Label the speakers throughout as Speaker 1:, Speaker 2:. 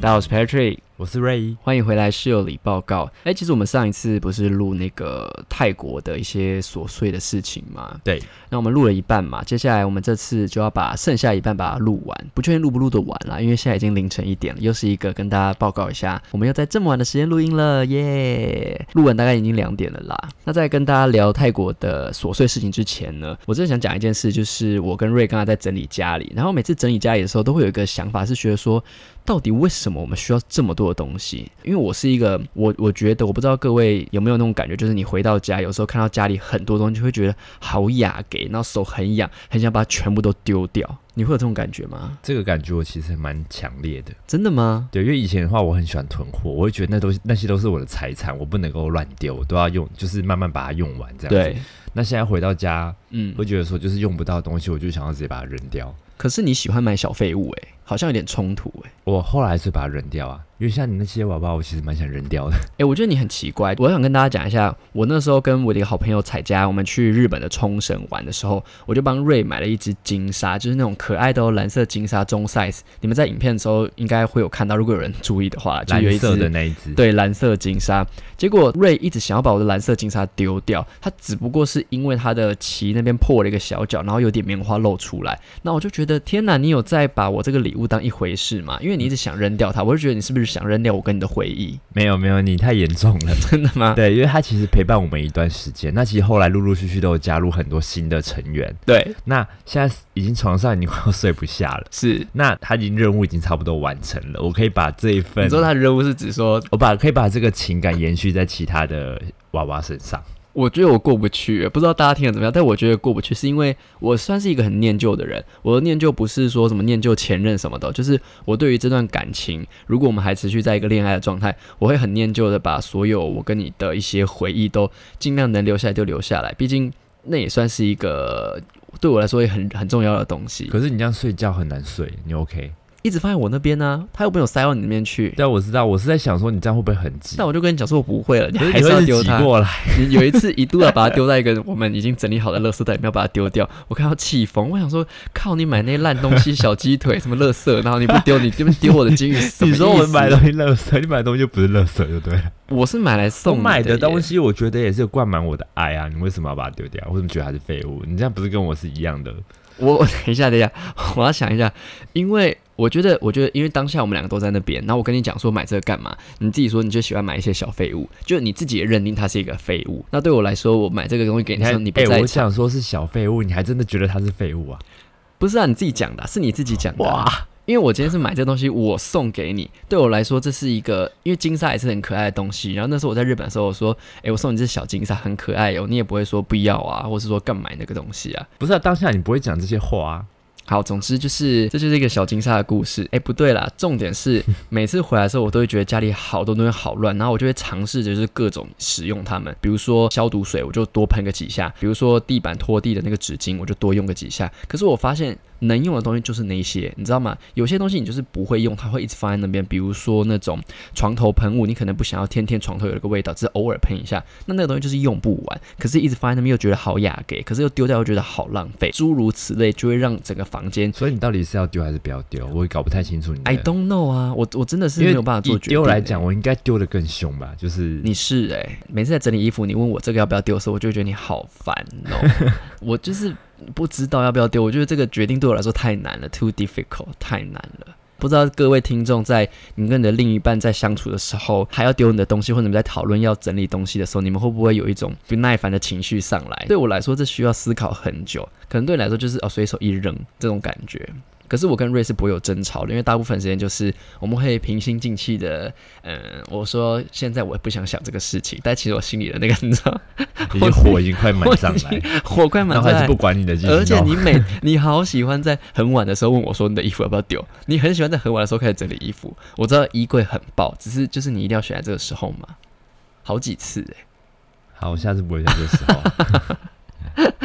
Speaker 1: 大家好，我是 Patrick，
Speaker 2: 我是 Ray，
Speaker 1: 欢迎回来室友里报告。哎、其实我们上一次不是录那个泰国的一些琐碎的事情嘛？
Speaker 2: 对。
Speaker 1: 那我们录了一半嘛，接下来我们这次就要把剩下一半把它录完，不确定录不录得完啦，因为现在已经凌晨一点了，又是一个跟大家报告一下，我们又在这么晚的时间录音了，耶！录完大概已经两点了啦。那在跟大家聊泰国的琐碎事情之前呢，我真的想讲一件事，就是我跟瑞刚才在整理家里，然后每次整理家里的时候，都会有一个想法是觉得说，到底为什么我们需要这么多的东西？因为我是一个，我我觉得我不知道各位有没有那种感觉，就是你回到家，有时候看到家里很多东西，会觉得好雅给，然后手很痒，很想把它全部都丢掉。你会有这种感觉吗？
Speaker 2: 这个感觉我其实还蛮强烈的。
Speaker 1: 真的吗？
Speaker 2: 对，因为以前的话，我很喜欢囤货，我会觉得那都那些都是我的财产，我不能够乱丢，我都要用，就是慢慢把它用完这样子。
Speaker 1: 对，
Speaker 2: 那现在回到家，
Speaker 1: 嗯。
Speaker 2: 会觉得说就是用不到的东西，我就想要直接把它扔掉。
Speaker 1: 可是你喜欢买小废物、诶，好像有点冲突、欸诶。
Speaker 2: 我后来是把它扔掉啊，因为像你那些娃娃，我其实蛮想扔掉的。
Speaker 1: 哎、我觉得你很奇怪。我想跟大家讲一下，我那时候跟我的一个好朋友彩佳，我们去日本的冲绳玩的时候，我就帮瑞买了一只金鲨，就是那种可爱的、哦、蓝色金鲨中 size。你们在影片的时候应该会有看到，如果有人注意的话，啊就
Speaker 2: 蓝
Speaker 1: 有一
Speaker 2: 色
Speaker 1: 只
Speaker 2: 的那一只，，
Speaker 1: 对蓝色金鲨。结果瑞一直想要把我的蓝色金鲨丢掉，他只不过是因为他的鳍那边破了一个小角，然后有点棉花露出来。那我就觉得天哪，你有在把我这个礼物当一回事吗？因为你一直想扔掉它，我就觉得你是不是想扔掉我跟你的回忆？
Speaker 2: 没有没有，你太严重了。
Speaker 1: 真的吗？
Speaker 2: 对，因为它其实陪伴我们一段时间。那其实后来陆陆续续都有加入很多新的成员。
Speaker 1: 对，
Speaker 2: 那现在已经床上已经快要睡不下了。
Speaker 1: 是。
Speaker 2: 那他已经任务已经差不多完成了，我可以把这一份，
Speaker 1: 你说他的任务是指说，
Speaker 2: 我把可以把这个情感延续在其他的娃娃身上。
Speaker 1: 我觉得我过不去，不知道大家听得怎么样，但我觉得过不去是因为我算是一个很念旧的人。我的念旧不是说什么念旧前任什么的，就是我对于这段感情，如果我们还持续在一个恋爱的状态，我会很念旧的把所有我跟你的一些回忆都尽量能留下来就留下来，毕竟那也算是一个对我来说也很很重要的东西。
Speaker 2: 可是你这样睡觉很难睡，你 OK？
Speaker 1: 一直放在我那边呢、他又没有塞到你那边去。
Speaker 2: 但我知道，我是在想说你这样会不会很挤
Speaker 1: 但？我就跟你讲说，我不会了，你
Speaker 2: 可是
Speaker 1: 还
Speaker 2: 你
Speaker 1: 是要
Speaker 2: 会
Speaker 1: 丢
Speaker 2: 一直挤
Speaker 1: 它。
Speaker 2: 过来，
Speaker 1: 你有一次一度要把它丢在一个我们已经整理好的垃圾袋里面，要把它丢掉。我看到气疯，我想说，靠，你买那些烂东西，小鸡腿什么垃圾，然后你不丢，你这边丢我的金鱼，什 么
Speaker 2: 你说我
Speaker 1: 意思
Speaker 2: 买东西垃圾，你 买的东西就不是垃圾，就对了。
Speaker 1: 我是买来
Speaker 2: 我
Speaker 1: 送你
Speaker 2: 买的东
Speaker 1: 耶，
Speaker 2: 西，我觉得也是灌满我的爱啊！你为什么要把它丢掉？为什么觉得它是废物？你这样不是跟我是一样的？
Speaker 1: 我我等一下，等一下，我要想一下，因为我觉得，我觉得，因为当下我们两个都在那边，然后我跟你讲说买这个干嘛，你自己说你就喜欢买一些小废物，就你自己也认定它是一个废物。那对我来说，我买这个东西给你说
Speaker 2: 看，
Speaker 1: 你不
Speaker 2: 哎、
Speaker 1: 在
Speaker 2: 我
Speaker 1: 场，
Speaker 2: 想说是小废物，你还真的觉得它是废物啊？
Speaker 1: 不是啊，你自己讲的啊，是你自己讲的啊。
Speaker 2: 哇，
Speaker 1: 因为我今天是买这东西，我送给你。对我来说，这是一个，因为金沙也是很可爱的东西。然后那时候我在日本的时候，我说：“诶，我送你这小金沙，很可爱哦。”你也不会说不要啊，或是说干嘛买那个东西啊。
Speaker 2: 不是、啊、当下你不会讲这些话啊？
Speaker 1: 好，总之就是这就是一个小金沙的故事。诶，不对啦，重点是每次回来的时候，我都会觉得家里好多东西好乱，然后我就会尝试着就是各种使用它们。比如说消毒水，我就多喷个几下；比如说地板拖地的那个纸巾，我就多用个几下。可是我发现能用的东西就是那一些，你知道吗？有些东西你就是不会用，它会一直放在那边。比如说那种床头喷雾，你可能不想要天天床头有一个味道，只是偶尔喷一下，那那个东西就是用不完。可是一直放在那边又觉得好雅给，可是又丢掉又觉得好浪费，诸如此类，就会让整个房间。
Speaker 2: 所以你到底是要丢还是不要丢？我也搞不太清楚你的。
Speaker 1: 啊 I don't know 啊，我我真的是
Speaker 2: 因
Speaker 1: 没
Speaker 2: 为
Speaker 1: 有办法做
Speaker 2: 以
Speaker 1: 决定、欸
Speaker 2: 丢来，讲，我应该丢的更凶吧？就是
Speaker 1: 你是哎、每次在整理衣服，你问我这个要不要丢的时候，我就会觉得你好烦哦。我就是不知道要不要丢，我觉得这个决定对我来说太难了，too difficult，太难了。不知道各位听众在你跟你的另一半在相处的时候，还要丢你的东西，或者你们在讨论要整理东西的时候，你们会不会有一种不耐烦的情绪上来？对我来说，这需要思考很久，可能对你来说就是哦随手一扔这种感觉。可是我跟瑞是不会有争吵的，因为大部分时间就是我们会平心静气的，嗯，我说现在我不想想这个事情，但其实我心里的那个，你知道，
Speaker 2: 你的火已经快满上来，
Speaker 1: 火快
Speaker 2: 然
Speaker 1: 满
Speaker 2: 后还
Speaker 1: 上
Speaker 2: 是
Speaker 1: 来
Speaker 2: 不。管你的，继续
Speaker 1: 而且
Speaker 2: 弄
Speaker 1: 你每 你好喜欢在很晚的时候问我说你的衣服要不要丢，你很喜欢在很晚的时候开始整理衣服。我知道衣柜很爆，只是就是你一定要选在这个时候嘛，好几次哎、
Speaker 2: 好，我下次不会在这时候。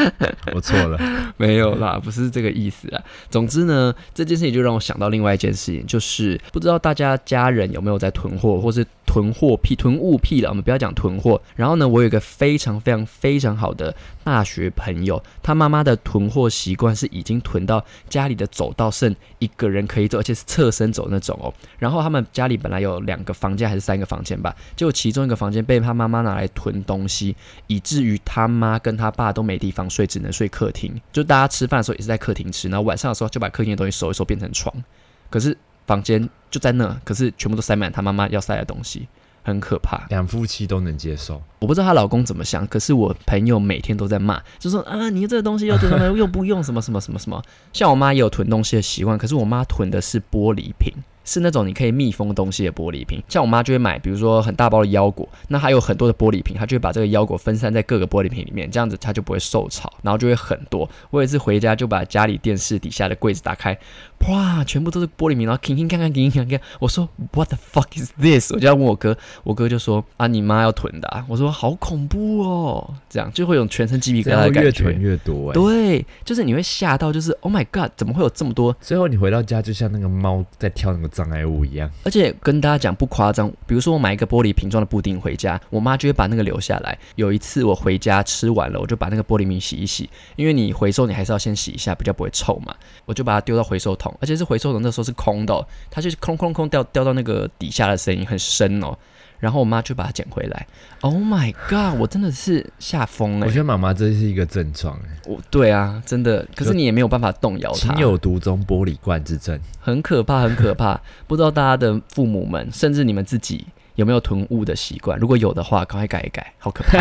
Speaker 2: 我错了，
Speaker 1: 没有啦，不是这个意思啊。总之呢，这件事情就让我想到另外一件事情，就是不知道大家家人有没有在囤货，或是囤货癖、囤物癖了。我们不要讲囤货。然后呢，我有一个非常非常非常好的大学朋友，他妈妈的囤货习惯是已经囤到家里的走道剩一个人可以走，而且是侧身走那种哦。然后他们家里本来有两个房间还是三个房间吧，结果其中一个房间被他妈妈拿来囤东西，以至于他妈跟他爸都没地方睡，只能睡客厅。就大家吃饭的时候也是在客厅吃，然后晚上的时候就把客厅的东西收一收变成床，可是房间就在那，可是全部都塞满他妈妈要塞的东西，很可怕。
Speaker 2: 两夫妻都能接受，
Speaker 1: 我不知道她老公怎么想，可是我朋友每天都在骂，就说啊，你这个东西又囤什么又不用什么什么什么什么。像我妈也有囤东西的习惯，可是我妈囤的是玻璃瓶。是那种你可以密封东西的玻璃瓶，像我妈就会买，比如说很大包的腰果，那还有很多的玻璃瓶，她就会把这个腰果分散在各个玻璃瓶里面，这样子她就不会受潮，然后就会很多。我有一次回家就把家里电视底下的柜子打开，哇，全部都是玻璃瓶，然后听听看看，听听看看，我说 What the fuck is this？我就要问我哥，我哥就说啊，你妈要囤的、啊，我说好恐怖哦，这样就会有种全身鸡皮疙
Speaker 2: 这
Speaker 1: 瘩
Speaker 2: 样
Speaker 1: 的
Speaker 2: 会越
Speaker 1: 感
Speaker 2: 囤
Speaker 1: 觉。
Speaker 2: 越多、欸。
Speaker 1: 对，就是你会吓到，就是 Oh my God，怎么会有这么多
Speaker 2: 最后你回到家就像那个猫在跳那个障碍物 一样，
Speaker 1: 而且跟大家讲不夸张，比如说我买一个玻璃瓶装的布丁回家，我妈就会把那个留下来。有一次我回家吃完了，我就把那个玻璃瓶洗一洗，因为你回收你还是要先洗一下，比较不会臭嘛。我就把它丢到回收桶，而且是回收桶那时候是空的哦、它就是空空空掉掉到那个底下的声音很深哦。然后我妈就把它捡回来。Oh my god！我真的是吓疯了
Speaker 2: 我觉。得妈妈这是一个症状、欸，
Speaker 1: 我对啊，真的，可是你也没有办法动摇它。
Speaker 2: 情有独钟，玻璃罐之症。
Speaker 1: 很可怕，很可怕。 不知道大家的父母们，甚至你们自己有没有囤物的习惯？如果有的话，赶快改一改，好可 怕，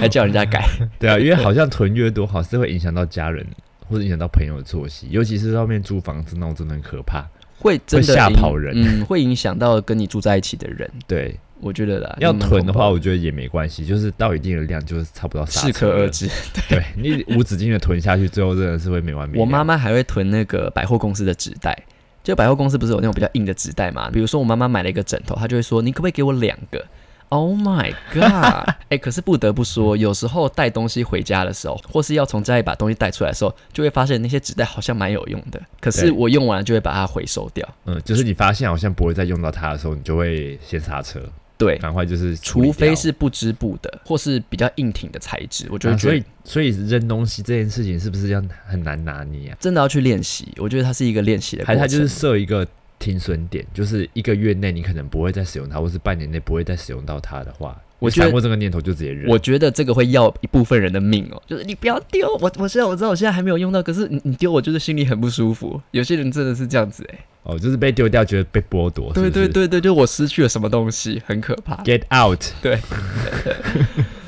Speaker 1: 还叫人家改。
Speaker 2: 对啊，因为好像囤越多，好是会影响到家人或者影响到朋友的作息，尤其是在外面租房子那种，真的很可怕。
Speaker 1: 会真的
Speaker 2: 会吓
Speaker 1: 影
Speaker 2: 跑人
Speaker 1: 嗯，会影响到跟你住在一起的人，
Speaker 2: 对，
Speaker 1: 我觉得啦。
Speaker 2: 要
Speaker 1: 蛮
Speaker 2: 囤的
Speaker 1: 啊恐
Speaker 2: 话，
Speaker 1: 怖
Speaker 2: 我觉得也没关系，就是到一定的量，就是差不多刹
Speaker 1: 适
Speaker 2: 车
Speaker 1: 可
Speaker 2: 了
Speaker 1: 而。止。
Speaker 2: 对你无止境的囤下去，最后真的是会没完没了。
Speaker 1: 我妈妈还会囤那个百货公司的纸袋，就百货公司不是有那种比较硬的纸袋嘛？比如说我妈妈买了一个枕头，她就会说：“你可不可以给我两个？”Oh my god！哎、 可是不得不
Speaker 2: 嗯
Speaker 1: 说，有时候带东西回家的时候，或是要从家里把东西带出来的时候，就会发现那些纸袋好像蛮有用的，可是
Speaker 2: 对
Speaker 1: 我用完了就会把它回收掉。
Speaker 2: 嗯，就是你发现好像不会再用到它的时候，你就会先刹车，
Speaker 1: 对，
Speaker 2: 赶快就是啊处理
Speaker 1: 除非
Speaker 2: 掉
Speaker 1: 是不织布的，或是比较硬挺的材质，我就
Speaker 2: 啊
Speaker 1: 会觉
Speaker 2: 所
Speaker 1: 得
Speaker 2: 以所以扔东西这件事情是不是要很难拿捏啊？
Speaker 1: 真的要去练习。我觉得它是一个练习的过
Speaker 2: 还是
Speaker 1: 程，
Speaker 2: 它就是设一个停损点，就是一个月内你可能不会再使用它，或是半年内不会再使用到它的话，
Speaker 1: 我
Speaker 2: 你
Speaker 1: 觉得
Speaker 2: 闪过这个念头就直接扔。
Speaker 1: 我觉得这个会要一部分人的命哦，就是你不要丢我，我现在我知道我现在还没有用到，可是你你丢我就是心里很不舒服。 有些人真的是这样子哎、
Speaker 2: 哦，就是被丢掉，觉得被剥夺。是不
Speaker 1: 对
Speaker 2: 是
Speaker 1: 对对对，就我失去了什么东西，很可怕。
Speaker 2: ，Get out！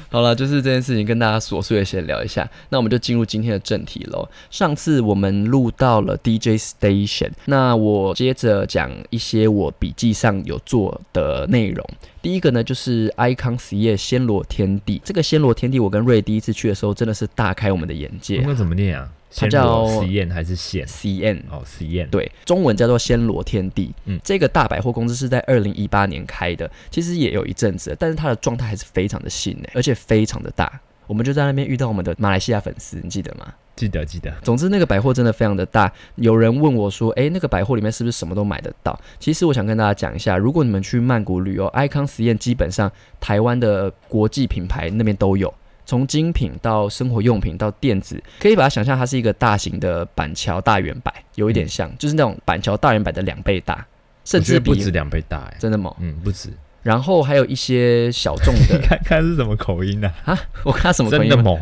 Speaker 1: 好了，就是这件事情跟大家琐碎的闲聊一下，那我们就进入今天的正题喽。上次我们录到了 DJ Station，那我接着讲一些我笔记上有做的内容。第一个呢，就是 Icon 实业暹罗天地。这个暹罗天地，我跟瑞第一次去的时候，真的是大开我们的眼界
Speaker 2: 那怎么念啊？
Speaker 1: 它
Speaker 2: 暹
Speaker 1: 叫
Speaker 2: 罗实验还是线？
Speaker 1: C N
Speaker 2: 哦，实验。
Speaker 1: 对，中文叫做暹罗天地。嗯
Speaker 2: 嗯，
Speaker 1: 这个大百货公司是在二零一八年开的，其实也有一阵子了，但是它的状态还是非常的新诶、而且非常的大。我们就在那边遇到我们的马来西亚粉丝，你记得吗？
Speaker 2: 记得记得。
Speaker 1: 总之，那个百货真的非常的大。有人问我说：“诶，那个百货里面是不是什么都买得到？”其实我想跟大家讲一下，如果你们去曼谷旅游，Icon 实验基本上台湾的国际品牌那边都有。从精品到生活用品到电子，可以把它想象它是一个大型的板桥大圆柏，有一点像，就是那种板桥大圆柏的两倍大，甚
Speaker 2: 我觉
Speaker 1: 至
Speaker 2: 得
Speaker 1: 比
Speaker 2: 不止两倍大哎、
Speaker 1: 真的吗？
Speaker 2: 嗯，不止。
Speaker 1: 然后还有一些小众的
Speaker 2: 你， 看看是什么口音啊？
Speaker 1: 我看它什么朋
Speaker 2: 真
Speaker 1: 友
Speaker 2: 的猛！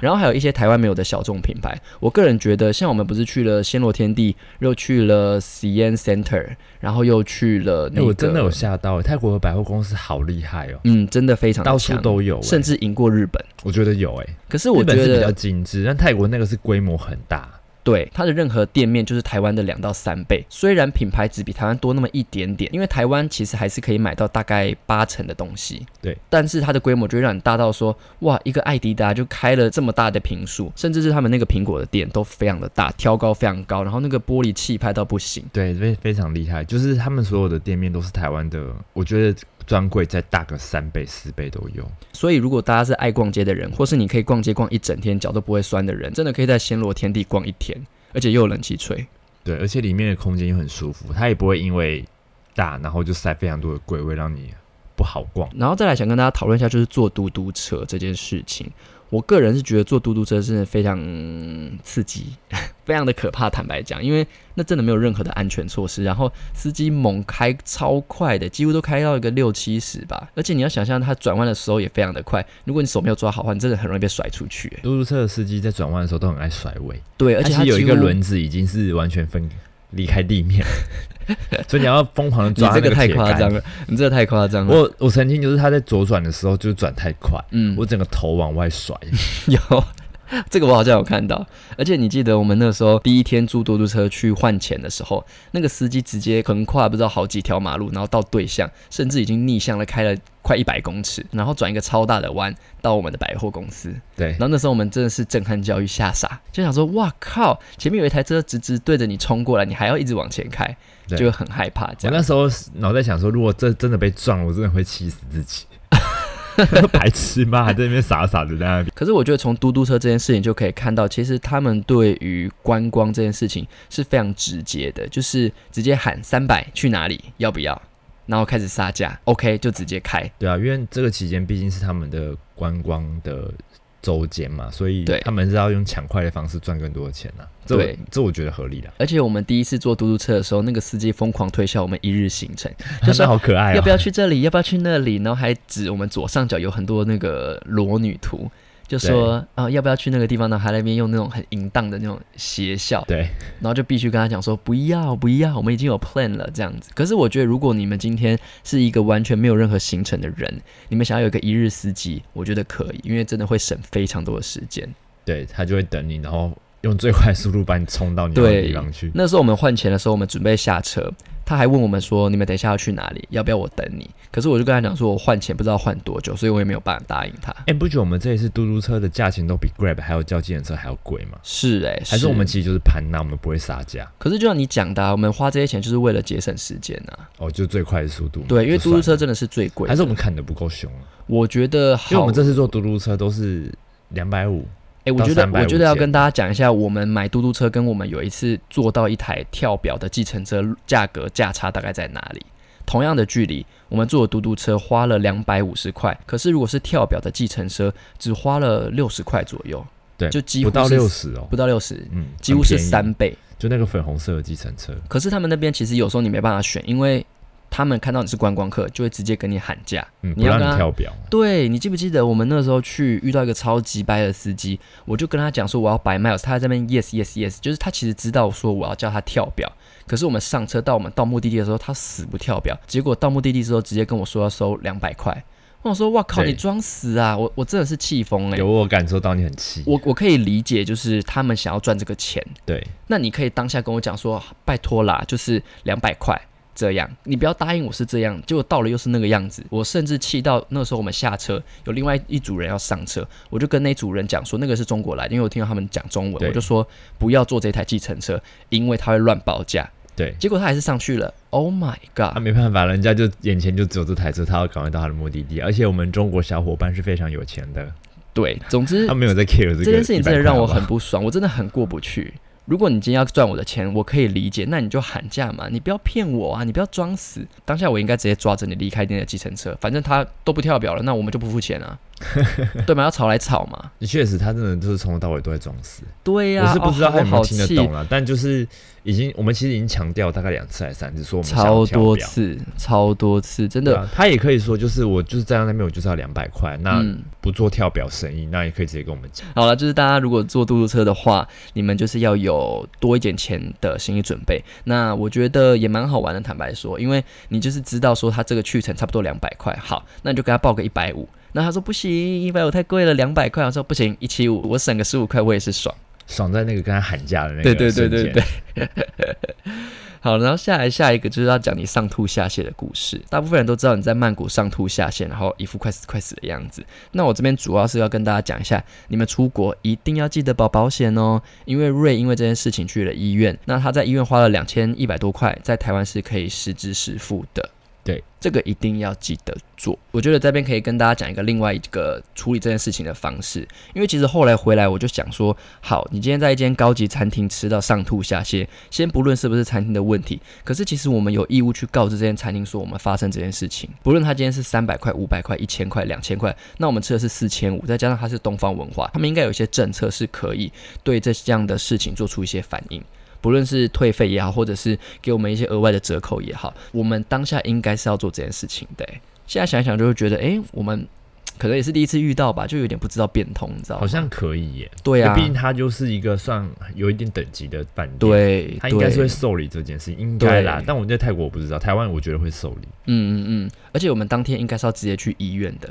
Speaker 1: 然后还有一些台湾没有的小众品牌。我个人觉得，像我们不是去了暹罗天地，又去了 CN Center，然后又去了
Speaker 2: 哎、
Speaker 1: 那个，
Speaker 2: 我真的有吓到、欸，泰国的百货公司好厉害哦、
Speaker 1: 嗯，真的非常的
Speaker 2: 到处
Speaker 1: 强，
Speaker 2: 都有、欸，
Speaker 1: 甚至赢过日本。
Speaker 2: 我觉得有哎、
Speaker 1: 可是我
Speaker 2: 日
Speaker 1: 觉
Speaker 2: 本是比较
Speaker 1: 得，
Speaker 2: 精致，但泰国那个是规模很大。
Speaker 1: 对它的任何店面就是台湾的两到三倍，虽然品牌只比台湾多那么一点点，因为台湾其实还是可以买到大概八成的东西。
Speaker 2: 对，
Speaker 1: 但是它的规模就会让你大到说，哇，一个艾迪达就开了这么大的平数，甚至是他们那个苹果的店都非常的大，挑高非常高，然后那个玻璃气派到不行。
Speaker 2: 对，非非常厉害，就是他们所有的店面都是台湾的，我觉得专柜再大个三倍四倍都有。
Speaker 1: 所以，如果大家是爱逛街的人，或是你可以逛街逛一整天，脚都不会酸的人，真的可以在暹罗天地逛一天，而且又有冷气吹。
Speaker 2: 对，而且里面的空间又很舒服，它也不会因为大然后就塞非常多的柜位让你不好逛。
Speaker 1: 然后再来想跟大家讨论一下，就是坐嘟嘟车这件事情。我个人是觉得坐嘟嘟车真的非常嗯刺激， 非常的可怕。坦白讲，因为那真的没有任何的安全措施，然后司机猛开超快的，几乎都开到一个六七十吧。而且你要想象他转弯的时候也非常的快，如果你手没有抓好的话，你真的很容易被甩出去。欸
Speaker 2: 嘟嘟车的司机在转弯的时候都很爱甩尾，
Speaker 1: 对，而且
Speaker 2: 它
Speaker 1: 他
Speaker 2: 其实有一
Speaker 1: 几
Speaker 2: 个
Speaker 1: 乎
Speaker 2: 轮子已经是完全分离开地面， 所以你要疯狂的
Speaker 1: 你
Speaker 2: 抓
Speaker 1: 这
Speaker 2: 那
Speaker 1: 个太
Speaker 2: 铁
Speaker 1: 夸
Speaker 2: 杆
Speaker 1: 张。了，你这个太夸张了。
Speaker 2: 我我曾经就是他在左转的时候就是转太快，
Speaker 1: 嗯，
Speaker 2: 我整个头往 外甩，
Speaker 1: 有这个我好像有看到，而且你记得我们那时候第一天租嘟嘟车去换钱的时候，那个司机直接横跨不知道好几条马路，然后到对向，甚至已经逆向了开了快一百公尺，然后转一个超大的弯到我们的百货公司。
Speaker 2: 对
Speaker 1: 然，后那时候我们真的是震撼教育吓傻，就想说哇靠，前面有一台车直直对着你冲过来，你还要一直往前开，就
Speaker 2: 对
Speaker 1: 会很害怕这样。
Speaker 2: 我那时候脑袋想说，如果这真的被撞，我真的会气死 自己。 白痴吗？还在那边傻傻的在那边。
Speaker 1: 可是我觉得从嘟嘟车这件事情就可以看到，其实他们对于观光这件事情是非常直接的，就是直接喊三百去哪里，要不要，然后开始杀价，OK 就直接开。
Speaker 2: 对啊，因为这个期间毕竟是他们的观光的周间嘛，所以
Speaker 1: 对
Speaker 2: 他们是要用抢快的方式赚更多的钱呐、这我
Speaker 1: 对
Speaker 2: 这我觉得合理啦。
Speaker 1: 而且我们第一次坐嘟嘟车的时候，那个司机疯狂推销我们一日行程，就
Speaker 2: 真
Speaker 1: 说
Speaker 2: 的好可爱
Speaker 1: 要
Speaker 2: 哦、
Speaker 1: 不要去这里，要不要去那里，然后还指我们左上角有很多那个裸女图。就说啊，要不要去那个地方呢？还在那边用那种很淫荡的那种邪笑，
Speaker 2: 对，
Speaker 1: 然后就必须跟他讲说不要不要，我们已经有 plan 了这样子。可是我觉得，如果你们今天是一个完全没有任何行程的人，你们想要有一个一日司机，我觉得可以，因为真的会省非常多的时间。
Speaker 2: 对他就会等你，然后用最快速度把你冲到你要的
Speaker 1: 对
Speaker 2: 地方 去。
Speaker 1: 那时候我们换钱的时候，我们准备下车，他还问我们说你们等一下要去哪里，要不要我等你？可是我就跟他讲说，我换钱不知道换多久，所以我也没有办法答应他。
Speaker 2: 哎、不觉得我们这一次嘟嘟车的价钱都比 Grab 还有叫计程车还要贵吗？
Speaker 1: 是哎、
Speaker 2: 还是我们其实就是盘呐，我们不会杀价
Speaker 1: 可是就像你讲的、啊，我们花这些钱就是为了节省时间啊。
Speaker 2: 哦，就最快的速度嘛。
Speaker 1: 对，因为
Speaker 2: 就
Speaker 1: 嘟嘟
Speaker 2: 算
Speaker 1: 车
Speaker 2: 了
Speaker 1: 真的是最贵的。
Speaker 2: 还是我们砍的不够凶啊。
Speaker 1: 我觉得好，
Speaker 2: 因为我们这次坐嘟嘟车都是两百五，
Speaker 1: 哎、我
Speaker 2: 到
Speaker 1: 觉得
Speaker 2: 350
Speaker 1: 我觉得要
Speaker 2: 件
Speaker 1: 跟大家讲一下，我们买嘟嘟车跟我们有一次坐到一台跳表的计程车，价格价差大概在哪里？同样的距离，我们坐的嘟嘟车花了两百五十块，可是如果是跳表的计程车，只花了六十块左右，
Speaker 2: 对
Speaker 1: 就几乎
Speaker 2: 不到
Speaker 1: 是
Speaker 2: 六，十哦
Speaker 1: 不，到六十，
Speaker 2: 嗯，
Speaker 1: 几乎是
Speaker 2: 很便宜，
Speaker 1: 三倍。
Speaker 2: 就那个粉红色的计程车，
Speaker 1: 可是他们那边其实有时候你没办法选，因为他们看到你是观光客，就会直接跟你喊价。
Speaker 2: 嗯，
Speaker 1: 你
Speaker 2: 不
Speaker 1: 要
Speaker 2: 让
Speaker 1: 跟他
Speaker 2: 你跳表，
Speaker 1: 对你记不记得我们那时候去遇到一个超级掰的司机，我就跟他讲说我要百 miles，他在那边 yes yes yes，就是他其实知道说我要叫他跳表，可是我们上车到我们到目的地的时候，他死不跳表，结果到目的地之后直接跟我说要收两百块，我想说哇靠，
Speaker 2: 对
Speaker 1: 你装死啊！我我真的是气疯哎、
Speaker 2: 有我感受到你很气，
Speaker 1: 我我可以理解，就是他们想要赚这个钱，
Speaker 2: 对
Speaker 1: 那你可以当下跟我讲说，拜托啦，就是两百块这样，你不要答应我是这样，结果到了又是那个样子，我甚至气到那时候我们下车，有另外一组人要上车，我就跟那组人讲说，那个是中国来的，因为我听到他们讲中文，
Speaker 2: 对
Speaker 1: 我就说不要坐这台计程车，因为他会乱报价，
Speaker 2: 对，
Speaker 1: 结果他还是上去了，Oh my
Speaker 2: 啊，
Speaker 1: god！
Speaker 2: 没办法，人家就眼前就只有这台车，他要赶快到他的目的地，而且我们中国小伙伴是非常有钱的，
Speaker 1: 对，总之
Speaker 2: 他没有在 care 这个
Speaker 1: 这件事情真的
Speaker 2: 100
Speaker 1: 让我
Speaker 2: 块好
Speaker 1: 很
Speaker 2: 不好
Speaker 1: 不爽，我真的很过不去。如果你今天要赚我的钱，我可以理解，那你就喊价嘛，你不要骗我啊，你不要装死。当下我应该直接抓着你离开那的计程车，反正他都不跳表了，那我们就不付钱 啊，对吗？要吵来吵嘛，
Speaker 2: 确实，他真的就是从头到尾都在装死。
Speaker 1: 对呀、
Speaker 2: 我是不知道
Speaker 1: 哦
Speaker 2: 他有没
Speaker 1: 好
Speaker 2: 有
Speaker 1: 好
Speaker 2: 听得
Speaker 1: 气
Speaker 2: 懂啦，但就是已经，我们其实已经强调大概两次还是三次，说我们想要
Speaker 1: 超
Speaker 2: 跳
Speaker 1: 多
Speaker 2: 表
Speaker 1: 次，超多次，真
Speaker 2: 对
Speaker 1: 的，
Speaker 2: 啊，他也可以说就是我就是站在那边，我就是要两百块，那
Speaker 1: 嗯。
Speaker 2: 不做跳表生意，那也可以直接跟我们讲。
Speaker 1: 好了，就是大家如果坐嘟嘟车的话，你们就是要有多一点钱的心理准备。那我觉得也蛮好玩的，坦白说，因为你就是知道说他这个去程差不多两百块，好，那你就给他报个一百五。那他说不行，一百五太贵了，两百块。我说不行，一七五，我省个十五块，我也是爽。
Speaker 2: 爽在那个跟他喊价的那个
Speaker 1: 对对对对
Speaker 2: 瞬间
Speaker 1: 对。 好，然后下来下一个就是要讲你上吐下泻的故事。大部分人都知道你在曼谷上吐下泻，然后一副快死快死的样子。那我这边主要是要跟大家讲一下，你们出国一定要记得保保险哦，因为瑞因为这件事情去了医院，那他在医院花了两千一百多块，在台湾是可以实支实付的。
Speaker 2: 对，
Speaker 1: 这个一定要记得做。我觉得这边可以跟大家讲一个另外一个处理这件事情的方式，因为其实后来回来我就想说，好，你今天在一间高级餐厅吃到上吐下泻，先不论是不是餐厅的问题，可是其实我们有义务去告知这间餐厅说我们发生这件事情，不论他今天是三百块、五百块、一千块、两千块，那我们吃的是四千五，再加上它是东方文化，他们应该有一些政策是可以对这这样的事情做出一些反应。不论是退费也好，或者是给我们一些额外的折扣也好，我们当下应该是要做这件事情的欸、现在想一想，就会觉得，诶，我们可能也是第一次遇到吧，就有点不知道变通，你知道吗？
Speaker 2: 好像可以耶。
Speaker 1: 哦对
Speaker 2: 因为
Speaker 1: 啊
Speaker 2: 毕，竟它就是一个算有一点等级的饭店，，
Speaker 1: 对，
Speaker 2: 它应该是
Speaker 1: 对
Speaker 2: 会受理这件事，应该啦
Speaker 1: 对。
Speaker 2: 但我在泰国我不知道，台湾我觉得会受理。
Speaker 1: 嗯嗯嗯，而且我们当天应该是要直接去医院的，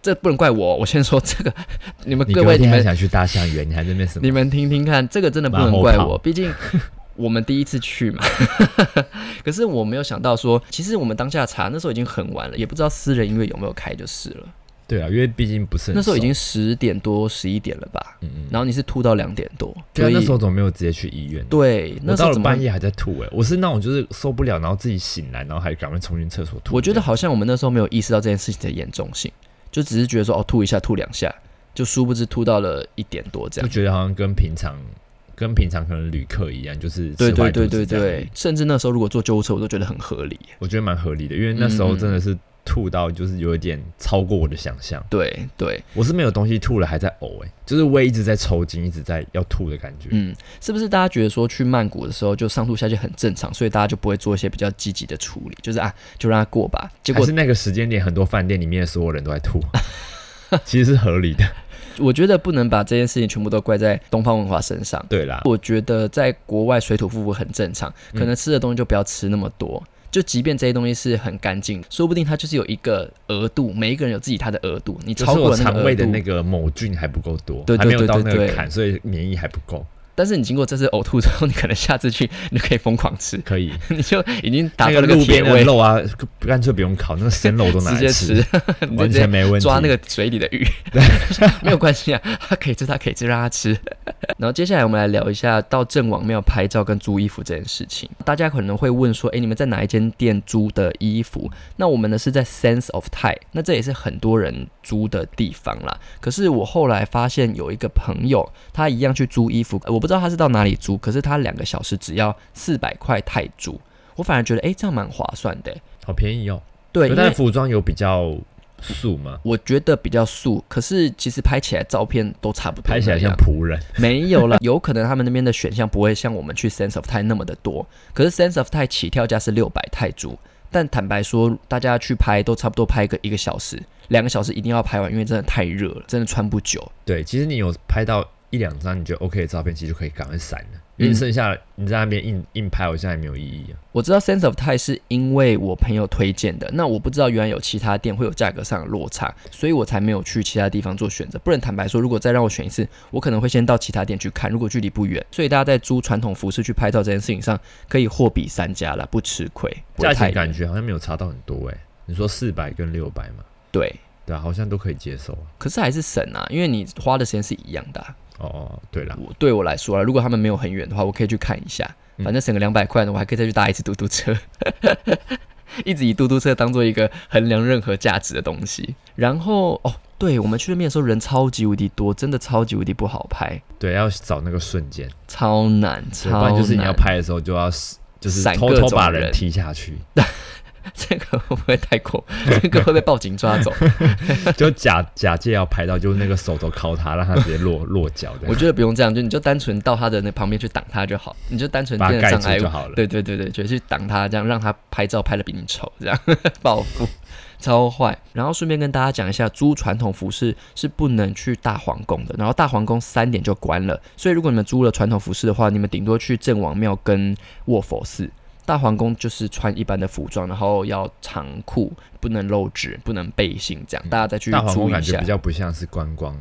Speaker 1: 这不能怪我。我先说这个， 你们
Speaker 2: 你
Speaker 1: 各
Speaker 2: 隔
Speaker 1: 位你
Speaker 2: 天还
Speaker 1: 们
Speaker 2: 想去大象园，你还在那边什么
Speaker 1: 你？们听听看，这个真的不能怪我，毕竟我们第一次去嘛。 可是我没有想到说，其实我们当下查那时候已经很晚了，也不知道私人音乐有没有开就是了。
Speaker 2: 对啊，因为毕竟不是很
Speaker 1: 那时候已
Speaker 2: 熟
Speaker 1: 经十点多十一点了吧，
Speaker 2: 嗯嗯，
Speaker 1: 然后你是吐到两点多，
Speaker 2: 对
Speaker 1: 所
Speaker 2: 啊，
Speaker 1: 以
Speaker 2: 那时候怎么没有直接去医院？
Speaker 1: 对
Speaker 2: 我
Speaker 1: 那时
Speaker 2: 到
Speaker 1: 候
Speaker 2: 了
Speaker 1: 怎么
Speaker 2: 半夜还在吐哎、我是那种就是受不了，然后自己醒来，然后还赶快冲进厕所吐。
Speaker 1: 我觉得好像我们那时候没有意识到这件事情的严重性，就只是觉得说哦吐一下吐两下，就殊不知吐到了一点多这
Speaker 2: 就
Speaker 1: 样。
Speaker 2: 觉得好像跟平常跟平常可能旅客一样，就是
Speaker 1: 对
Speaker 2: 吃坏
Speaker 1: 对
Speaker 2: 肚
Speaker 1: 对对
Speaker 2: 子这样
Speaker 1: 对，，甚至那时候如果坐救护车，我都觉得很合理。
Speaker 2: 我觉得蛮合理的，因为那时候
Speaker 1: 嗯嗯
Speaker 2: 真的是吐到就是有一点超过我的想象，
Speaker 1: 对对，
Speaker 2: 我是没有东西吐了还在呕哎、就是胃一直在抽筋，一直在要吐的感觉。
Speaker 1: 嗯，是不是大家觉得说去曼谷的时候就上吐下泻很正常，所以大家就不会做一些比较积极的处理，就是啊就让它过吧。结
Speaker 2: 还
Speaker 1: 果
Speaker 2: 是那个时间点，很多饭店里面的所有人都在吐， 其实是合理 的。
Speaker 1: 我觉得不能把这件事情全部都怪在东方文化身上。
Speaker 2: 对啦，
Speaker 1: 我觉得在国外水土不服很正常，
Speaker 2: 嗯
Speaker 1: 可能吃的东西就不要吃那么多。就即便这些东西是很干净，说不定它就是有一个额度，每一个人有自己他的额度，你
Speaker 2: 就
Speaker 1: 超
Speaker 2: 是
Speaker 1: 过
Speaker 2: 我
Speaker 1: 了那
Speaker 2: 肠
Speaker 1: 个
Speaker 2: 胃
Speaker 1: 额
Speaker 2: 的
Speaker 1: 度，
Speaker 2: 那个某菌还不够多，
Speaker 1: 对对
Speaker 2: 还没有
Speaker 1: 对
Speaker 2: 到
Speaker 1: 对
Speaker 2: 那个
Speaker 1: 对
Speaker 2: 坎，所以免疫还不够，
Speaker 1: 但是你经过这次呕吐之后，你可能下次去你就可以疯狂吃，
Speaker 2: 可以。
Speaker 1: 你就已经达
Speaker 2: 那
Speaker 1: 到
Speaker 2: 个
Speaker 1: 个
Speaker 2: 路
Speaker 1: 铁
Speaker 2: 边的
Speaker 1: 胃，
Speaker 2: 肉啊，干脆不用烤，那个鲜肉都拿
Speaker 1: 直
Speaker 2: 来
Speaker 1: 接吃，你就
Speaker 2: 完
Speaker 1: 直
Speaker 2: 全
Speaker 1: 接
Speaker 2: 没问题。
Speaker 1: 抓那个水里的 鱼，没有关系啊，他可以吃，他可以吃，让他 吃。然后接下来我们来聊一下到郑王庙拍照跟租衣服这件事情。大家可能会问说，诶，哎你们在哪一间店租的衣服？那我们呢是在 Sense of Thai，那这也是很多人租的地方啦。可是我后来发现有一个朋友，他一样去租衣服，呃我不知道他是到哪里租，可是他两个小时只要四百块泰铢，我反而觉得，诶，这样蛮划算的。
Speaker 2: 好便宜哦。
Speaker 1: 对，因
Speaker 2: 但
Speaker 1: 为
Speaker 2: 服装有比较素吗？
Speaker 1: 我觉得比较素，可是其实拍起来照片都差不多那
Speaker 2: 拍
Speaker 1: 样，
Speaker 2: 起来像仆人，
Speaker 1: 没有了。有可能他们那边的选项不会像我们去 Sense of Thai 那么的多，可是 Sense of Thai 起跳价是六百泰铢，但坦白说，大家去拍都差不多拍个一个小时、两个小时一定要拍完，因为真的太热了，真的穿不久。
Speaker 2: 对，其实你有拍到一两张你觉得 OK 的照片，其实就可以赶快闪了，因为
Speaker 1: 嗯
Speaker 2: 剩下你在那边硬硬拍，我现在也没有意义啊。
Speaker 1: 我知道 Sense of Thai 是因为我朋友推荐的，那我不知道原来有其他店会有价格上的落差，所以我才没有去其他地方做选择。不然坦白说，如果再让我选一次，我可能会先到其他店去看，如果距离不远。所以大家在租传统服饰去拍照这件事情上，可以货比三家啦，不吃亏。不会
Speaker 2: 价
Speaker 1: 太
Speaker 2: 钱感觉好像没有差到很多哎、你说四百跟六百嘛，
Speaker 1: 对，
Speaker 2: 对啊，好像都可以接受啊。
Speaker 1: 可是还是省啊，因为你花的时间是一样的啊、
Speaker 2: 哦哦，对啦，
Speaker 1: 我对我来说啊，如果他们没有很远的话，我可以去看一下，
Speaker 2: 嗯
Speaker 1: 反正省个两百块呢，我还可以再去搭一次嘟嘟车， 一直以嘟嘟车当做一个衡量任何价值的东西。然后哦，对我们去那边的时候人超级无敌多，真的超级无敌不好拍，
Speaker 2: 对，要找那个瞬间，
Speaker 1: 超难，
Speaker 2: 对不然
Speaker 1: 超
Speaker 2: 就是你要
Speaker 1: 难。
Speaker 2: 拍的时候就要就是
Speaker 1: 闪
Speaker 2: 偷
Speaker 1: 各
Speaker 2: 偷
Speaker 1: 种
Speaker 2: 把人
Speaker 1: 人
Speaker 2: 踢下 去，
Speaker 1: 这个会不会太过？ 这个会被报警抓走？
Speaker 2: 就假假借要拍到，就是那个手肘敲他，让他直接 落落脚这
Speaker 1: 我
Speaker 2: 样，
Speaker 1: 觉得不用这样，就你就单纯到他的那旁边去挡他就好，你就单纯
Speaker 2: 把
Speaker 1: 变
Speaker 2: 它
Speaker 1: 成
Speaker 2: 盖
Speaker 1: 障碍
Speaker 2: 住就
Speaker 1: 物。
Speaker 2: 好了。
Speaker 1: 对对对对，就去挡他，这样让他拍照拍的比你丑，这样 报复超坏。然后顺便跟大家讲一下，租传统服饰是不能去大皇宫的，然后大皇宫三点就关了，所以如果你们租了传统服饰的话，你们顶多去郑王庙跟卧佛寺。大皇宫就是穿一般的服装，然后要长裤，不能露趾，不能背心，这样大家再去
Speaker 2: 嗯大皇
Speaker 1: 注
Speaker 2: 宫
Speaker 1: 意一
Speaker 2: 感觉
Speaker 1: 下
Speaker 2: 比。较不像是观光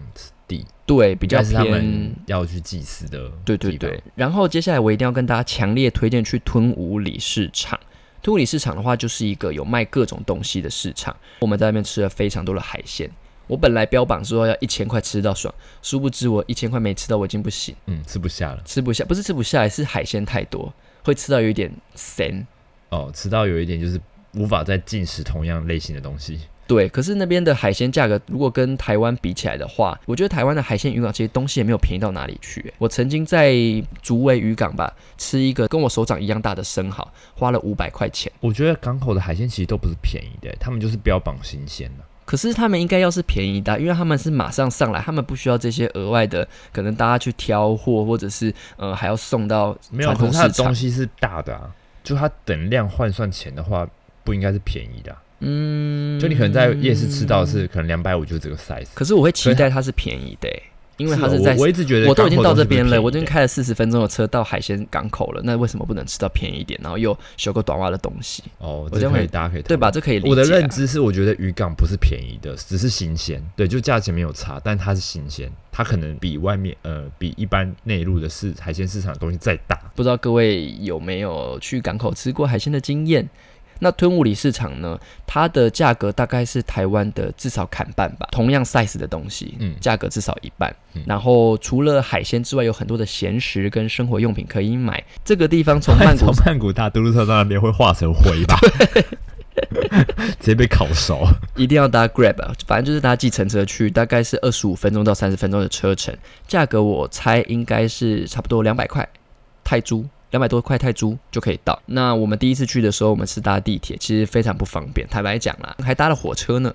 Speaker 2: 地，
Speaker 1: 对，比
Speaker 2: 比
Speaker 1: 较
Speaker 2: 是他们
Speaker 1: 偏
Speaker 2: 要去祭祀的。
Speaker 1: 对对
Speaker 2: 地方
Speaker 1: 对，然后接下来我一定要跟大家强烈推荐去吞武里市场。吞武里市场的话，就是一个有卖各种东西的市场。我们在那边吃了非常多的海鲜。我本来标榜说要一千块吃到爽，殊不知我一千块没吃到，我已经不行，
Speaker 2: 嗯，吃不下了。
Speaker 1: 吃不下，不是吃不下，是海鲜太多，会吃到有一点咸。
Speaker 2: 哦，吃到有一点就是无法再进食同样类型的东西。
Speaker 1: 对，可是那边的海鲜价格如果跟台湾比起来的话，我觉得台湾的海鲜渔港其实东西也没有便宜到哪里去欸。我曾经在竹围渔港吧吃一个跟我手掌一样大的生蚝，花了五百块钱。
Speaker 2: 我觉得港口的海鲜其实都不是便宜的，他们就是标榜新鲜啊的、
Speaker 1: 可是他们应该要是便宜的啊，因为他们是马上上来，他们不需要这些额外的，可能大家去挑货，或者是呃还要送到
Speaker 2: 没有，
Speaker 1: 传
Speaker 2: 可
Speaker 1: 统
Speaker 2: 是它
Speaker 1: 市
Speaker 2: 的
Speaker 1: 场
Speaker 2: 东。西是大的啊，就它等量换算钱的话，不应该是便宜的啊、
Speaker 1: 嗯
Speaker 2: 就你可能在夜市吃到的是可能两百五就是这个 size，
Speaker 1: 可是我会期待它是便宜的欸、因为它
Speaker 2: 哦
Speaker 1: 是在
Speaker 2: 我我一直觉得
Speaker 1: 我都已经
Speaker 2: 港口
Speaker 1: 到
Speaker 2: 的
Speaker 1: 这
Speaker 2: 东西不是
Speaker 1: 边了，
Speaker 2: 便宜
Speaker 1: 我已经
Speaker 2: 的
Speaker 1: 开了四十分钟的车到海鲜港口了，那为什么不能吃到便宜一点，然后又修个短袜的东西，
Speaker 2: 哦，
Speaker 1: 我这
Speaker 2: 这
Speaker 1: 样
Speaker 2: 可以
Speaker 1: 会
Speaker 2: 大家可以讨
Speaker 1: 对吧？
Speaker 2: 论？
Speaker 1: 这可以理解、啊。
Speaker 2: 我的认知是，我觉得渔港不是便宜的，只是新鲜。对，就价钱没有差，但它是新鲜，它可能比外面呃比一般内陆的市海鲜市场的东西再大。
Speaker 1: 不知道各位有没有去港口吃过海鲜的经验？那吞武里市场呢？它的价格大概是台湾的至少砍半吧，同样 size 的东西，
Speaker 2: 嗯
Speaker 1: 价格至少一半。
Speaker 2: 嗯
Speaker 1: 然后除了海鲜之外，有很多的闲食跟生活用品可以买。这个地方 从曼谷
Speaker 2: 从曼谷大都路车到那边会化成灰吧？ 直接被烤熟。
Speaker 1: 一定要搭 Grab，啊反正就是搭计程车去，大概是二十五分钟到三十分钟的车程，价格我猜应该是差不多两百块泰铢。两百多块泰铢就可以到。那我们第一次去的时候，我们是搭地铁，其实非常不方便。坦白讲啦，还搭了火车 呢。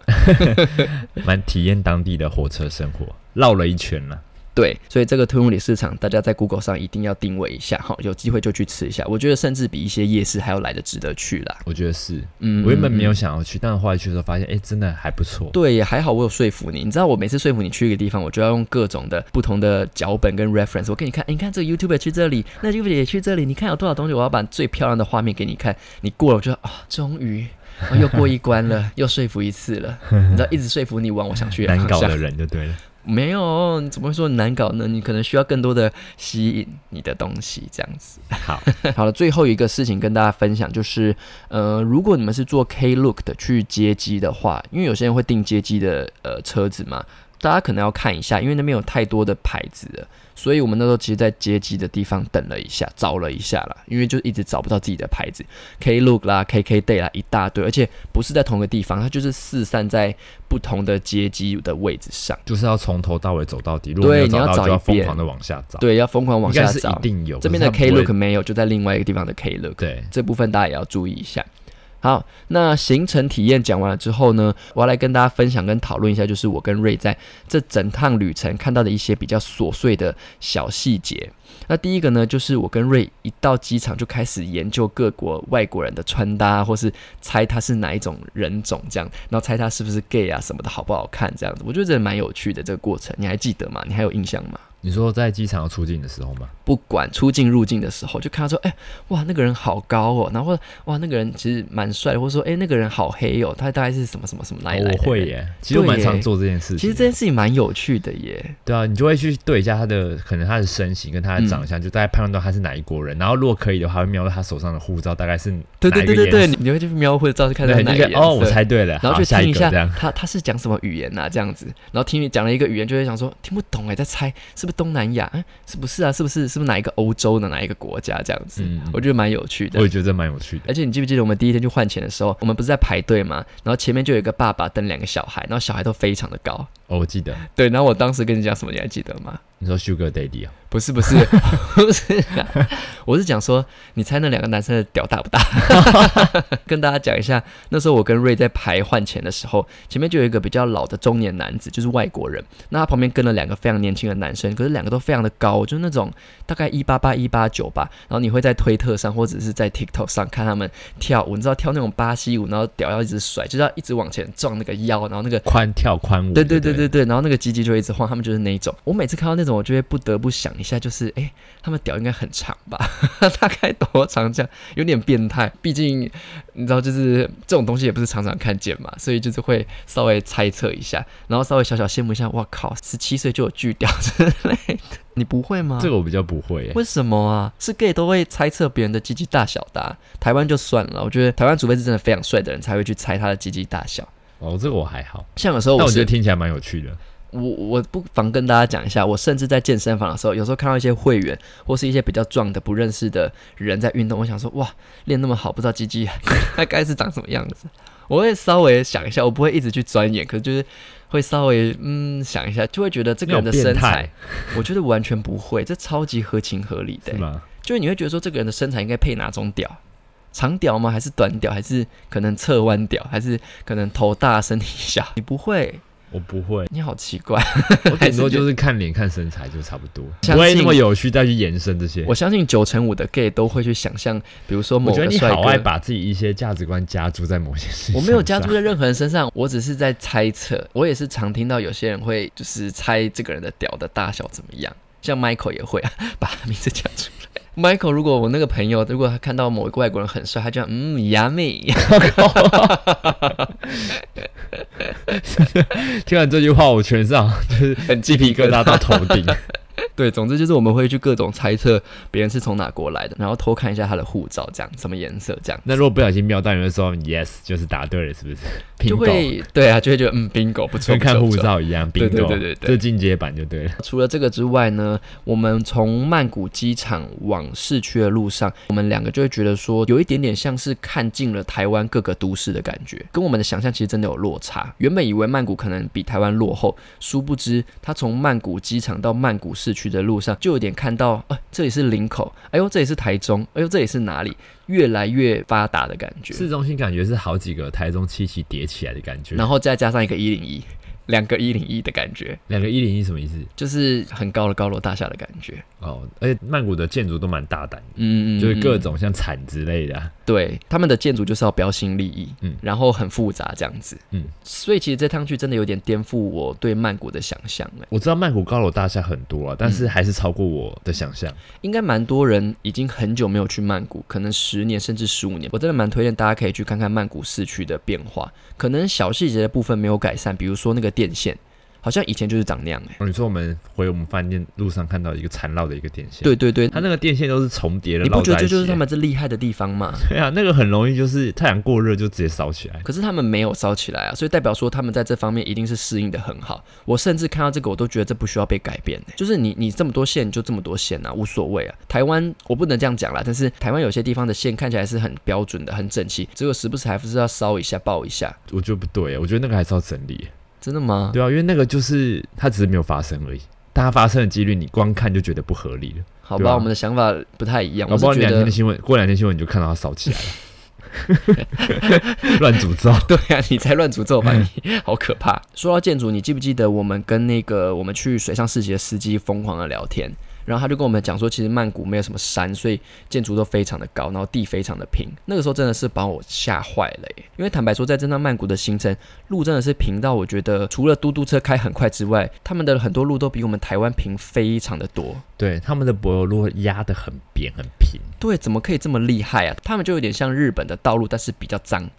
Speaker 2: 蛮体验当地的火车生活，绕了一圈了。
Speaker 1: 对，所以这个吞武里市场，大家在 Google 上一定要定位一下哈，有机会就去吃一下。我觉得甚至比一些夜市还要来的值得去啦。
Speaker 2: 我觉得是，
Speaker 1: 嗯，
Speaker 2: 我原本
Speaker 1: 嗯嗯
Speaker 2: 没有想要去，但后来去的时候发现，哎、真的还不错。
Speaker 1: 对，也还好，我有说服你。你知道，我每次说服你去一个地方，我就要用各种的不同的脚本跟 reference。我给你看，诶你看这个 YouTube 去这里，那 YouTube 也去这里，你看有多少东西，我要把最漂亮的画面给你看。你过了，我就啊、终于、啊又过一关 了，又说服一次了。你知道，一直说服你往我想去的
Speaker 2: 难
Speaker 1: 方
Speaker 2: 搞
Speaker 1: 向
Speaker 2: 的。人就对了。
Speaker 1: 没有，你怎么会说难搞呢？你可能需要更多的吸引你的东西，这样子。
Speaker 2: 好，
Speaker 1: 好了，最后一个事情跟大家分享就是，呃，如果你们是做 Klook 的去接机的话，因为有些人会订接机的呃车子嘛，大家可能要看一下，因为那边有太多的牌子了，所以我们那时候其实，在接机的地方等了一下，找了一下啦，因为就一直找不到自己的牌子，Klook 啦、KKday 啦一大堆，而且不是在同个地方，它就是四散在不同的接机的位置上。
Speaker 2: 就是要从头到尾走到底，如果没
Speaker 1: 对
Speaker 2: 有
Speaker 1: 你
Speaker 2: 找
Speaker 1: 要
Speaker 2: 到，
Speaker 1: 找
Speaker 2: 就要
Speaker 1: 一
Speaker 2: 疯
Speaker 1: 遍
Speaker 2: 狂的往下找。，
Speaker 1: 对，要疯狂往
Speaker 2: 应
Speaker 1: 下
Speaker 2: 该是一
Speaker 1: 找。
Speaker 2: 定有。
Speaker 1: 这边的
Speaker 2: 可是它不会
Speaker 1: Klook 没有，就在另外一个地方的 Klook。
Speaker 2: 对，
Speaker 1: 这部分大家也要注意一下。好，那行程体验讲完了之后呢，我要来跟大家分享跟讨论一下，就是我跟瑞在这整趟旅程看到的一些比较琐碎的小细节。那第一个呢，就是我跟瑞一到机场就开始研究各国外国人的穿搭，或是猜他是哪一种人种这样，然后猜他是不是 gay 啊什么的，好不好看这样子。我觉得这蛮有趣的这个过程，你还记得吗？你还有印象吗？
Speaker 2: 你说在机场要出境的时候吗？
Speaker 1: 不管出境入境的时候，就看到说，哎、哇，那个人好高哦，然后哇，那个人其实蛮帅的，或者说，哎、那个人好黑哦，他大概是什么什么什么哪里来
Speaker 2: 哦
Speaker 1: 的、
Speaker 2: 我会。耶，其实我蛮
Speaker 1: 对
Speaker 2: 常
Speaker 1: 耶
Speaker 2: 做这件事情。
Speaker 1: 其实这件事情蛮有趣的耶，
Speaker 2: 对啊，你就会去对一下他的可能他的身形跟他的长相，就大概判断到他是哪一国人。然后如果可以的话，会瞄到他手上的护照，大概是
Speaker 1: 对对
Speaker 2: 哪一个
Speaker 1: 对对对，你
Speaker 2: 颜色
Speaker 1: 你会去瞄或者照去看到
Speaker 2: 对，
Speaker 1: 哪
Speaker 2: 那
Speaker 1: 一个
Speaker 2: 个
Speaker 1: 颜色
Speaker 2: 哦，我猜对了，
Speaker 1: 然后
Speaker 2: 好
Speaker 1: 去
Speaker 2: 下
Speaker 1: 听
Speaker 2: 一
Speaker 1: 一
Speaker 2: 个
Speaker 1: 下
Speaker 2: 这样。
Speaker 1: 他他是讲什么语言呐、啊这样子，然后听你讲了一个语言，就会想说听不懂哎，在猜是不是东南亚？嗯是不是啊？是不是是不是哪一个欧洲的哪一个国家这样子？
Speaker 2: 嗯，
Speaker 1: 我觉得蛮有趣的
Speaker 2: 我。也觉得这蛮有趣的。
Speaker 1: 而且你记不记得我们第一天去换钱的时候，我们不是在排队嘛？然后前面就有一个爸爸跟两个小孩，然后小孩都非常的高。
Speaker 2: 哦，我记得
Speaker 1: 对，然后我当时跟你讲什么，你还记得吗？
Speaker 2: 你说 Sugar Daddy 啊，
Speaker 1: 不是不是 不是啊、 我是讲说，你猜那两个男生的屌大 不大？跟大家讲一下，那时候我跟瑞在排换钱的时候，前面就有一个比较老的中年男子，就是外国人，那他旁边跟了两个非常年轻的男生，可是两个都非常的高，就是那种大概一八八一八九吧。然后你会在推特上或者是在 TikTok 上看他们跳舞，你知道跳那种巴西舞，然后屌要一直甩，就是要一直往前撞那个腰，然后那个
Speaker 2: 宽跳宽舞。
Speaker 1: 对
Speaker 2: 对
Speaker 1: 对对对对，然后那个鸡鸡就会一直晃，他们就是那一种。我每次看到那种，我就会不得不想一下，就是诶，他们屌应该很长吧？ 大概多长？这样有点变态。毕竟你知道，就是这种东西也不是常常看见嘛，所以就是会稍微猜测一下，然后稍微小小羡慕一下。哇靠，十七岁就有巨屌之类的，你不会吗？
Speaker 2: 这个我比较不会耶。
Speaker 1: 为什么啊？是 gay 都会猜测别人的鸡鸡大小的啊、台湾就算了，我觉得台湾除非是真的非常帅的人才会去猜他的鸡鸡大小。
Speaker 2: 哦，这个我还好，
Speaker 1: 像有时候
Speaker 2: 但
Speaker 1: 我
Speaker 2: 我觉
Speaker 1: 是
Speaker 2: 得听起来蛮有趣的。
Speaker 1: 我我不妨跟大家讲一下，我甚至在健身房的时候，有时候看到一些会员或是一些比较壮的不认识的人在运动，我想说哇，练那么好，不知道鸡鸡 大概是长什么样子。我会稍微想一下，我不会一直去钻研，可是就是会稍微嗯想一下，就会觉得这个人的
Speaker 2: 你有
Speaker 1: 身
Speaker 2: 变
Speaker 1: 材
Speaker 2: 态，
Speaker 1: 我觉得完全不会，这超级合情合理的、欸
Speaker 2: 是吗？
Speaker 1: 就是你会觉得说这个人的身材应该配哪种屌？长屌吗？还是短屌？还是可能侧弯屌？还是可能头大身体小？你不会，
Speaker 2: 我不会，
Speaker 1: 你好奇怪。
Speaker 2: 我顶多就是看脸看身材就差不多，
Speaker 1: 相信
Speaker 2: 不会那么有趣再去延伸这些。
Speaker 1: 我相信九成五的 gay 都会去想象，比如说
Speaker 2: 我
Speaker 1: 某
Speaker 2: 觉得
Speaker 1: 个
Speaker 2: 你
Speaker 1: 帅
Speaker 2: 好爱
Speaker 1: 哥。
Speaker 2: 把自己一些价值观加注在某些事情
Speaker 1: 我没有加
Speaker 2: 上
Speaker 1: 注在任何人身上， 我只是在猜测。我也是常听到有些人会就是猜这个人的屌的大小怎么样，像 Michael 也会啊， 把名字讲出来。Michael，如果我那个朋友，如果他看到某一个外国人很帅，他就嗯，yummy，
Speaker 2: 听完这句话，我全身 上
Speaker 1: 很鸡皮
Speaker 2: 一个
Speaker 1: 疙瘩
Speaker 2: 大。到头顶。
Speaker 1: 对，总之就是我们会去各种猜测别人是从哪国来的，然后偷看一下他的护照，这样什么颜色，这样
Speaker 2: 那如果不小心瞄到，你会说 yes，就是答对了，是不是？
Speaker 1: 就
Speaker 2: Bingo
Speaker 1: 会对啊，就会觉得嗯，bingo 不错，
Speaker 2: 跟
Speaker 1: 不
Speaker 2: 看
Speaker 1: 错
Speaker 2: 护。
Speaker 1: 不错
Speaker 2: 照一样，
Speaker 1: 对对
Speaker 2: bingo
Speaker 1: 对对对
Speaker 2: 这进阶版就对了。
Speaker 1: 除了这个之外呢，我们从曼谷机场往市区的路上，我们两个就会觉得说，有一点点像是看尽了台湾各个都市的感觉，跟我们的想象其实真的有落差。原本以为曼谷可能比台湾落后，殊不知他从曼谷机场到曼谷市区的路上，就有点看到，呃，这里是林口，哎呦，这里是台中，哎呦，这里是哪里？越来越发达的感觉，
Speaker 2: 市中心感觉是好几个台中七期叠起来的感觉。
Speaker 1: 然后再加上一个一零一，两个一零一的感觉，
Speaker 2: 两个一零一什么意思？
Speaker 1: 就是很高的高楼大厦的感觉。
Speaker 2: 哦，而且曼谷的建筑都蛮大胆的，
Speaker 1: 嗯，嗯
Speaker 2: 就是各
Speaker 1: 嗯
Speaker 2: 种像铲之类的啊、
Speaker 1: 对，他们的建筑就是要标新立异，嗯
Speaker 2: 嗯，
Speaker 1: 然后很复杂这样子，嗯
Speaker 2: 嗯，
Speaker 1: 所以其实这趟去真的有点颠覆我对曼谷的想象哎，
Speaker 2: 我知道曼谷高楼大厦很多啊，但
Speaker 1: 嗯
Speaker 2: 是还是超过我的想象。
Speaker 1: 应该蛮多人已经很久没有去曼谷，可能十年甚至十五年，我真的蛮推荐大家可以去看看曼谷市区的变化，可能小细节的部分没有改善，比如说那个电线，好像以前就是长那样哎，
Speaker 2: 哦你说我们回我们饭店路上看到一个缠绕的一个电线，，
Speaker 1: 对对对，
Speaker 2: 它那个电线都是重叠的
Speaker 1: 你不
Speaker 2: 绕
Speaker 1: 觉
Speaker 2: 在
Speaker 1: 得
Speaker 2: 一起。
Speaker 1: 这就是他们这厉害的地方吗？
Speaker 2: 对啊，那个很容易就是太阳过热就直接烧起来。
Speaker 1: 可是他们没有烧起来啊，所以代表说他们在这方面一定是适应的很好。我甚至看到这个，我都觉得这不需要被改变、欸、就是你你这么多线你就这么多线啊，无所谓啊。台湾我不能这样讲啦，但是台湾有些地方的线看起来是很标准的、很整齐，只有时不时还不是要烧一下、爆一下。
Speaker 2: 我觉得不对，我觉得那个还是要整理。
Speaker 1: 真的吗？
Speaker 2: 对啊，因为那个就是它只是没有发生而已，但它发生的几率你光看就觉得不合理了。
Speaker 1: 好
Speaker 2: 对
Speaker 1: 吧，
Speaker 2: 啊
Speaker 1: 我们的想法不太一样。
Speaker 2: 搞
Speaker 1: 我
Speaker 2: 不好
Speaker 1: 是觉
Speaker 2: 两天
Speaker 1: 得
Speaker 2: 的，新闻，过两天新闻你就看到它 烧起来了，乱诅咒。
Speaker 1: 对啊，你在乱诅咒吧你， 好可怕。说到建筑，你记不记得我们跟那个我们去水上市集的司机疯狂的聊天？然后他就跟我们讲说，其实曼谷没有什么山，所以建筑都非常的高，然后地非常的平。那个时候真的是把我吓坏了耶！因为坦白说，在这趟曼谷的行程，路真的是平到我觉得，除了嘟嘟车开很快之外，他们的很多路都比我们台湾平非常的多。
Speaker 2: 对，他们的柏油路压得很扁很平，
Speaker 1: 对，怎么可以这么厉害啊？他们就有点像日本的道路，但是比较脏。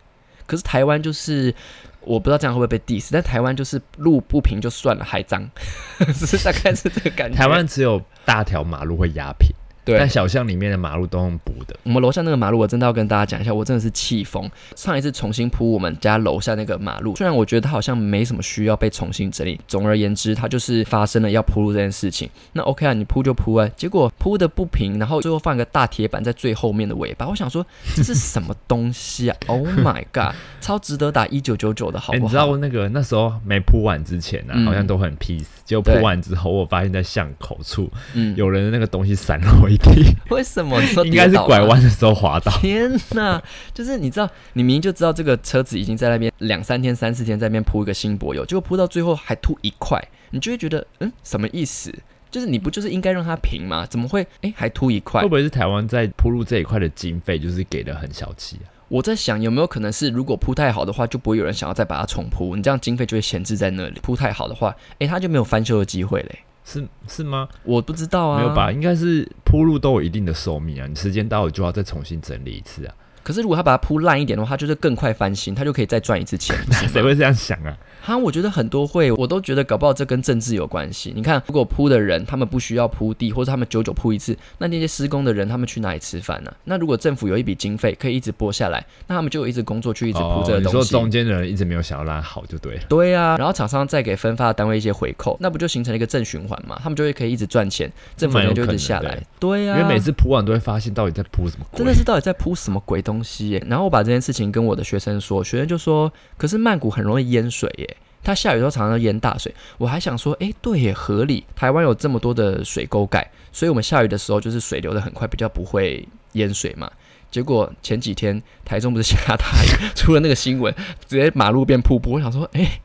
Speaker 1: 可是台湾就是，我不知道这样会不会被 diss，但台湾就是路不平就算了，还脏， 是大概是这个感觉。
Speaker 2: 台湾只有大条马路会压平，
Speaker 1: 嗯对
Speaker 2: 但，小巷里面的马路都用补的。
Speaker 1: 我们楼下那个马路，我真的要跟大家讲一下，我真的是气疯。上一次重新铺我们家楼下那个马路，虽然我觉得它好像没什么需要被重新整理，总而言之，它就是发生了要铺路这件事情。那 OK 啊，你铺就铺啊，结果铺的不平，然后最后放一个大铁板在最后面的尾巴，我想说这是什么东西啊？Oh my god，超值得打一九九九的好
Speaker 2: 哎、
Speaker 1: 不好？
Speaker 2: 你知道那个那时候没铺完之前啊，
Speaker 1: 嗯
Speaker 2: 好像都很 peace，结果
Speaker 1: 对
Speaker 2: 铺完之后，我发现在巷口处
Speaker 1: 嗯，
Speaker 2: 有人的那个东西散落一 地，
Speaker 1: 为什么你说
Speaker 2: 应该是
Speaker 1: 跌倒吗
Speaker 2: 拐弯的时候滑 倒。
Speaker 1: 天呐，就是你知道，你明明就知道这个车子已经在那边两三天、三四天在那边铺一个新柏油，结果铺到最后还凸一块，你就会觉得，嗯，什么意思？就是你不就是应该让它平吗？怎么会诶，还凸一块
Speaker 2: 会？不会是台湾在铺路这一块的经费就是给的很小气啊？
Speaker 1: 我在想有没有可能是，如果铺太好的话，就不会有人想要再把它重铺，你这样经费就会闲置在那里。铺太好的话，诶，它就没有翻修的机会嘞。
Speaker 2: 是是吗？
Speaker 1: 我不知道啊，
Speaker 2: 没有吧？？应该是铺路都有一定的寿命啊，你时间到了就要再重新整理一次啊。
Speaker 1: 可是如果他把它铺烂一点的话，他就是更快翻新，他就可以再赚一次钱。不是吗
Speaker 2: 谁会这样想啊？
Speaker 1: 哈，我觉得很多会，我都觉得搞不好这跟政治有关系。你看，如果铺的人他们不需要铺地，或者他们久久铺一次，那那些施工的人他们去哪里吃饭呢、那如果政府有一笔经费可以一直拨下来，那他们就有一直工作去一直铺这
Speaker 2: 哦
Speaker 1: 个
Speaker 2: 你
Speaker 1: 东
Speaker 2: 说
Speaker 1: 西。
Speaker 2: 中间的人一直没有想要拉好就对了。
Speaker 1: 对啊，然后厂商再给分发单位一些回扣，那不就形成了一个正循环嘛？他们就会可以一直赚钱，政府
Speaker 2: 蛮有
Speaker 1: 人就一
Speaker 2: 可
Speaker 1: 直
Speaker 2: 能
Speaker 1: 下
Speaker 2: 的
Speaker 1: 来。对
Speaker 2: 因
Speaker 1: 啊，
Speaker 2: 为每次铺完都会发现到底在铺什么鬼
Speaker 1: 真的是到底在铺什么鬼东西耶？然后我把这件事情跟我的学生说，学生就说：“可是曼谷很容易淹水耶，它下雨的时候常常淹大水。”我还想说：“诶，对耶，合理。台湾有这么多的水沟盖，所以我们下雨的时候就是水流的很快，比较不会淹水嘛。”结果前几天台中不是下大雨， 出了那个新闻，直接马路变瀑布。我想说：“诶，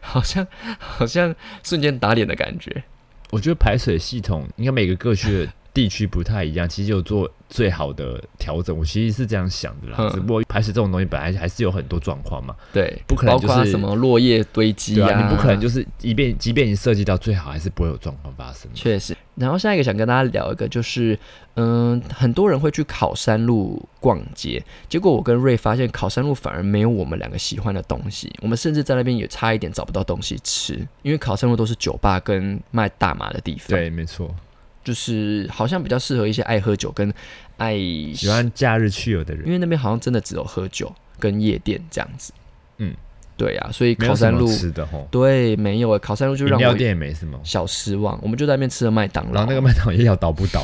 Speaker 1: 好像好像瞬间打脸的感觉。
Speaker 2: 我觉得排水系统应该每个各区的地区不太一样，其实有做最好的调整。我其实是这样想的啦
Speaker 1: 嗯，
Speaker 2: 只不过排水这种东西本来还是有很多状况嘛，”
Speaker 1: 对，
Speaker 2: 不可能
Speaker 1: 包括
Speaker 2: 就是
Speaker 1: 什么落叶堆积
Speaker 2: 对啊，你不可能
Speaker 1: 就。
Speaker 2: 就是即便即便你设计到最好，还是不会有状况发生。
Speaker 1: 确实。然后下一个想跟大家聊一个，就是嗯，很多人会去考山路逛街，结果我跟瑞发现考山路反而没有我们两个喜欢的东西，我们甚至在那边也差一点找不到东西吃，因为考山路都是酒吧跟卖大麻的地方，，
Speaker 2: 对，没错，
Speaker 1: 就是好像比较适合一些爱喝酒跟爱喜
Speaker 2: 喜欢假日去游的人
Speaker 1: 因为那边好像真的只有喝酒跟夜店这样子，
Speaker 2: 嗯，
Speaker 1: 对啊，所以
Speaker 2: 没
Speaker 1: 考
Speaker 2: 有什
Speaker 1: 山
Speaker 2: 么
Speaker 1: 路
Speaker 2: 吃的吼，
Speaker 1: 对没有诶，欸考山路就
Speaker 2: 饮
Speaker 1: 让
Speaker 2: 料
Speaker 1: 我
Speaker 2: 店也没什么，
Speaker 1: 小失望，我们就在那边吃了麦当劳，
Speaker 2: 然后那个麦当劳也要倒不 倒，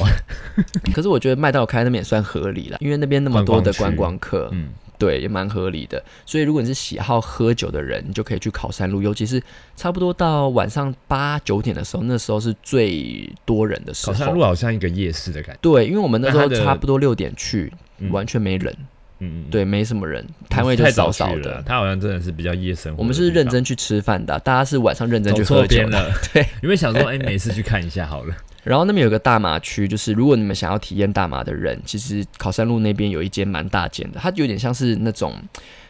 Speaker 1: 可是我觉得麦当劳开那边也算合理了，因为那边那么多的观光客，
Speaker 2: 嗯，
Speaker 1: 对，也蛮合理的。所以如果你是喜好喝酒的人，你就可以去考山路，尤其是差不多到晚上八九点的时候，那时候是最多人的时
Speaker 2: 考山路
Speaker 1: 候。
Speaker 2: 好像一个夜市的感觉，
Speaker 1: 对，因为我们那时候
Speaker 2: 但它的
Speaker 1: 差不多六点去，
Speaker 2: 嗯
Speaker 1: 完全没人，
Speaker 2: 嗯嗯，
Speaker 1: 对，没什么人，摊位就
Speaker 2: 太
Speaker 1: 少
Speaker 2: 早去
Speaker 1: 少
Speaker 2: 了
Speaker 1: 的。
Speaker 2: 他好像真的是比较夜生活的地方。
Speaker 1: 我们是认真去吃饭的啊、大家是晚上认真
Speaker 2: 走
Speaker 1: 去
Speaker 2: 错
Speaker 1: 喝酒
Speaker 2: 边
Speaker 1: 的。
Speaker 2: 了，
Speaker 1: 对，
Speaker 2: 因为想说，哎，没事去看一下好了。
Speaker 1: 然后那边有个大麻区，就是如果你们想要体验大麻的人，其实考山路那边有一间蛮大间的，它有点像是那种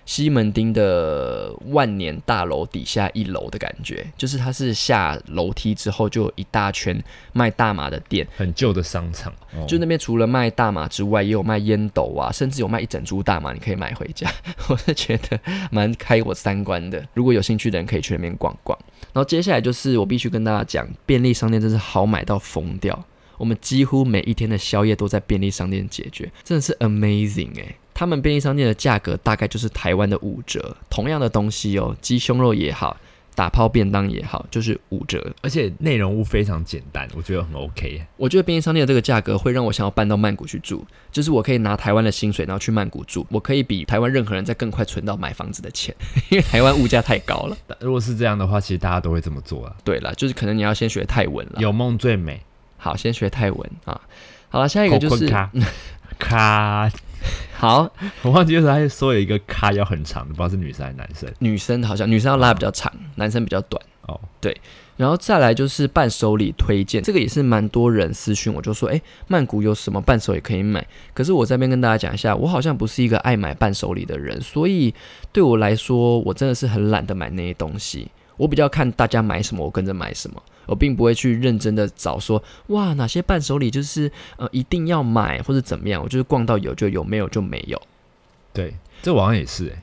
Speaker 1: 西门町的万年大楼底下一楼的感觉，就是它是下楼梯之后就有一大圈卖大麻的店，
Speaker 2: 很旧的商场，哦
Speaker 1: 就那边除了卖大麻之外，也有卖烟斗啊，甚至有卖一整株大麻，你可以买回家。 我是觉得蛮开我三观的。如果有兴趣的人，可以去那边逛逛。然后接下来就是我必须跟大家讲，便利商店真是好买到疯掉。我们几乎每一天的宵夜都在便利商店解决，真的是 amazing 诶、他们便利商店的价格大概就是台湾的五折，同样的东西哦，鸡胸肉也好，打泡便当也好，就是五折。
Speaker 2: 而且内容物非常简单，我觉得很 OK。
Speaker 1: 我觉得便利商店的这个价格会让我想要搬到曼谷去住，就是我可以拿台湾的薪水，然后去曼谷住，我可以比台湾任何人再更快存到买房子的钱， 因为台湾物价太高了。
Speaker 2: 但如果是这样的话，其实大家都会这么做啊。
Speaker 1: 对了，就是可能你要先学泰文了。
Speaker 2: 有梦最美，
Speaker 1: 好，先学泰文啊。好了，下一个就是
Speaker 2: 口 困咖，咖，
Speaker 1: 好，
Speaker 2: 我忘记就是他说有一个咖要很长的，不知道是女生还是男生
Speaker 1: 女生好像女生要拉比较长，男生比较短。
Speaker 2: 哦。
Speaker 1: 然后再来就是伴手礼推荐，这个也是蛮多人私讯我，就说，诶，曼谷有什么伴手礼可以买？可是我这边跟大家讲一下，我好像不是一个爱买伴手礼的人，所以对我来说，我真的是很懒得买那些东西。我比较看大家买什么，我跟着买什么，我并不会去认真的找说，哇，哪些伴手礼就是呃一定要买或者怎么样，我就是逛到有就有，没有就没有。
Speaker 2: 对，这网上也是哎、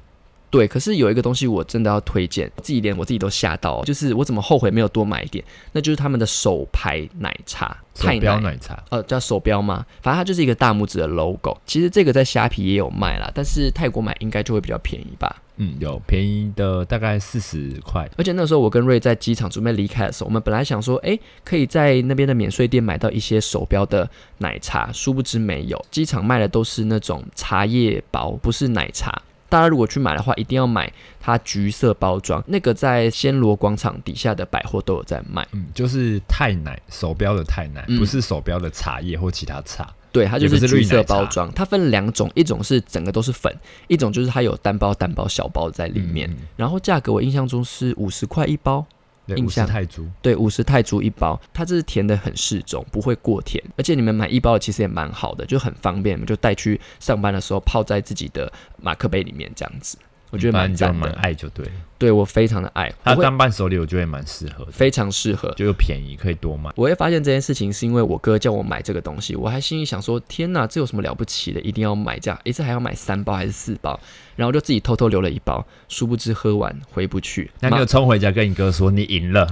Speaker 1: 对，可是有一个东西我真的要推荐，自己连我自己都吓到，哦就是我怎么后悔没有多买一点，那就是他们的手牌奶茶，泰
Speaker 2: 手标奶茶，
Speaker 1: 呃，叫手标嘛，反正它就是一个大拇指的 logo。其实这个在虾皮也有卖啦，但是泰国买应该就会比较便宜吧。
Speaker 2: 嗯，有便宜的大概四十块，
Speaker 1: 而且那时候我跟瑞在机场准备离开的时候，我们本来想说，诶，可以在那边的免税店买到一些手标的奶茶，殊不知没有，机场卖的都是那种茶叶包，不是奶茶。大家如果去买的话，一定要买它橘色包装，那个在暹罗广场底下的百货都有在卖。
Speaker 2: 嗯，就是泰奶手标的泰奶，
Speaker 1: 嗯
Speaker 2: 不是手标的茶叶或其他茶。
Speaker 1: 对，它就
Speaker 2: 也不
Speaker 1: 是
Speaker 2: 是
Speaker 1: 橘
Speaker 2: 绿
Speaker 1: 色
Speaker 2: 奶茶
Speaker 1: 包装，它分两种，一种是整个都是粉，一种就是它有单包、单包、小包在里面。
Speaker 2: 嗯
Speaker 1: 然后价格我印象中是五十块一包，
Speaker 2: 对，
Speaker 1: 印
Speaker 2: 五十
Speaker 1: 象
Speaker 2: 泰铢，
Speaker 1: 对，五十泰铢一包，它这是甜的很适中，不会过甜，而且你们买一包的其实也蛮好的，就很方便，你们就带去上班的时候泡在自己的马克杯里面这样子。我觉得蛮
Speaker 2: 你就
Speaker 1: 赞
Speaker 2: 蛮
Speaker 1: 的。
Speaker 2: 爱就对了。
Speaker 1: 对我非常的爱，
Speaker 2: 它
Speaker 1: 我会
Speaker 2: 当伴手礼我觉得也蛮适合的，
Speaker 1: 非常适合。
Speaker 2: 就又便宜，可以多买。
Speaker 1: 我会发现这件事情是因为我哥叫我买这个东西，我还心里想说：天哪，这有什么了不起的？一定要买这样，一次还要买三包还是四包？然后就自己偷偷留了一包，殊不知喝完回不去。
Speaker 2: 那你
Speaker 1: 妈
Speaker 2: 有冲回家跟你哥说你 赢了，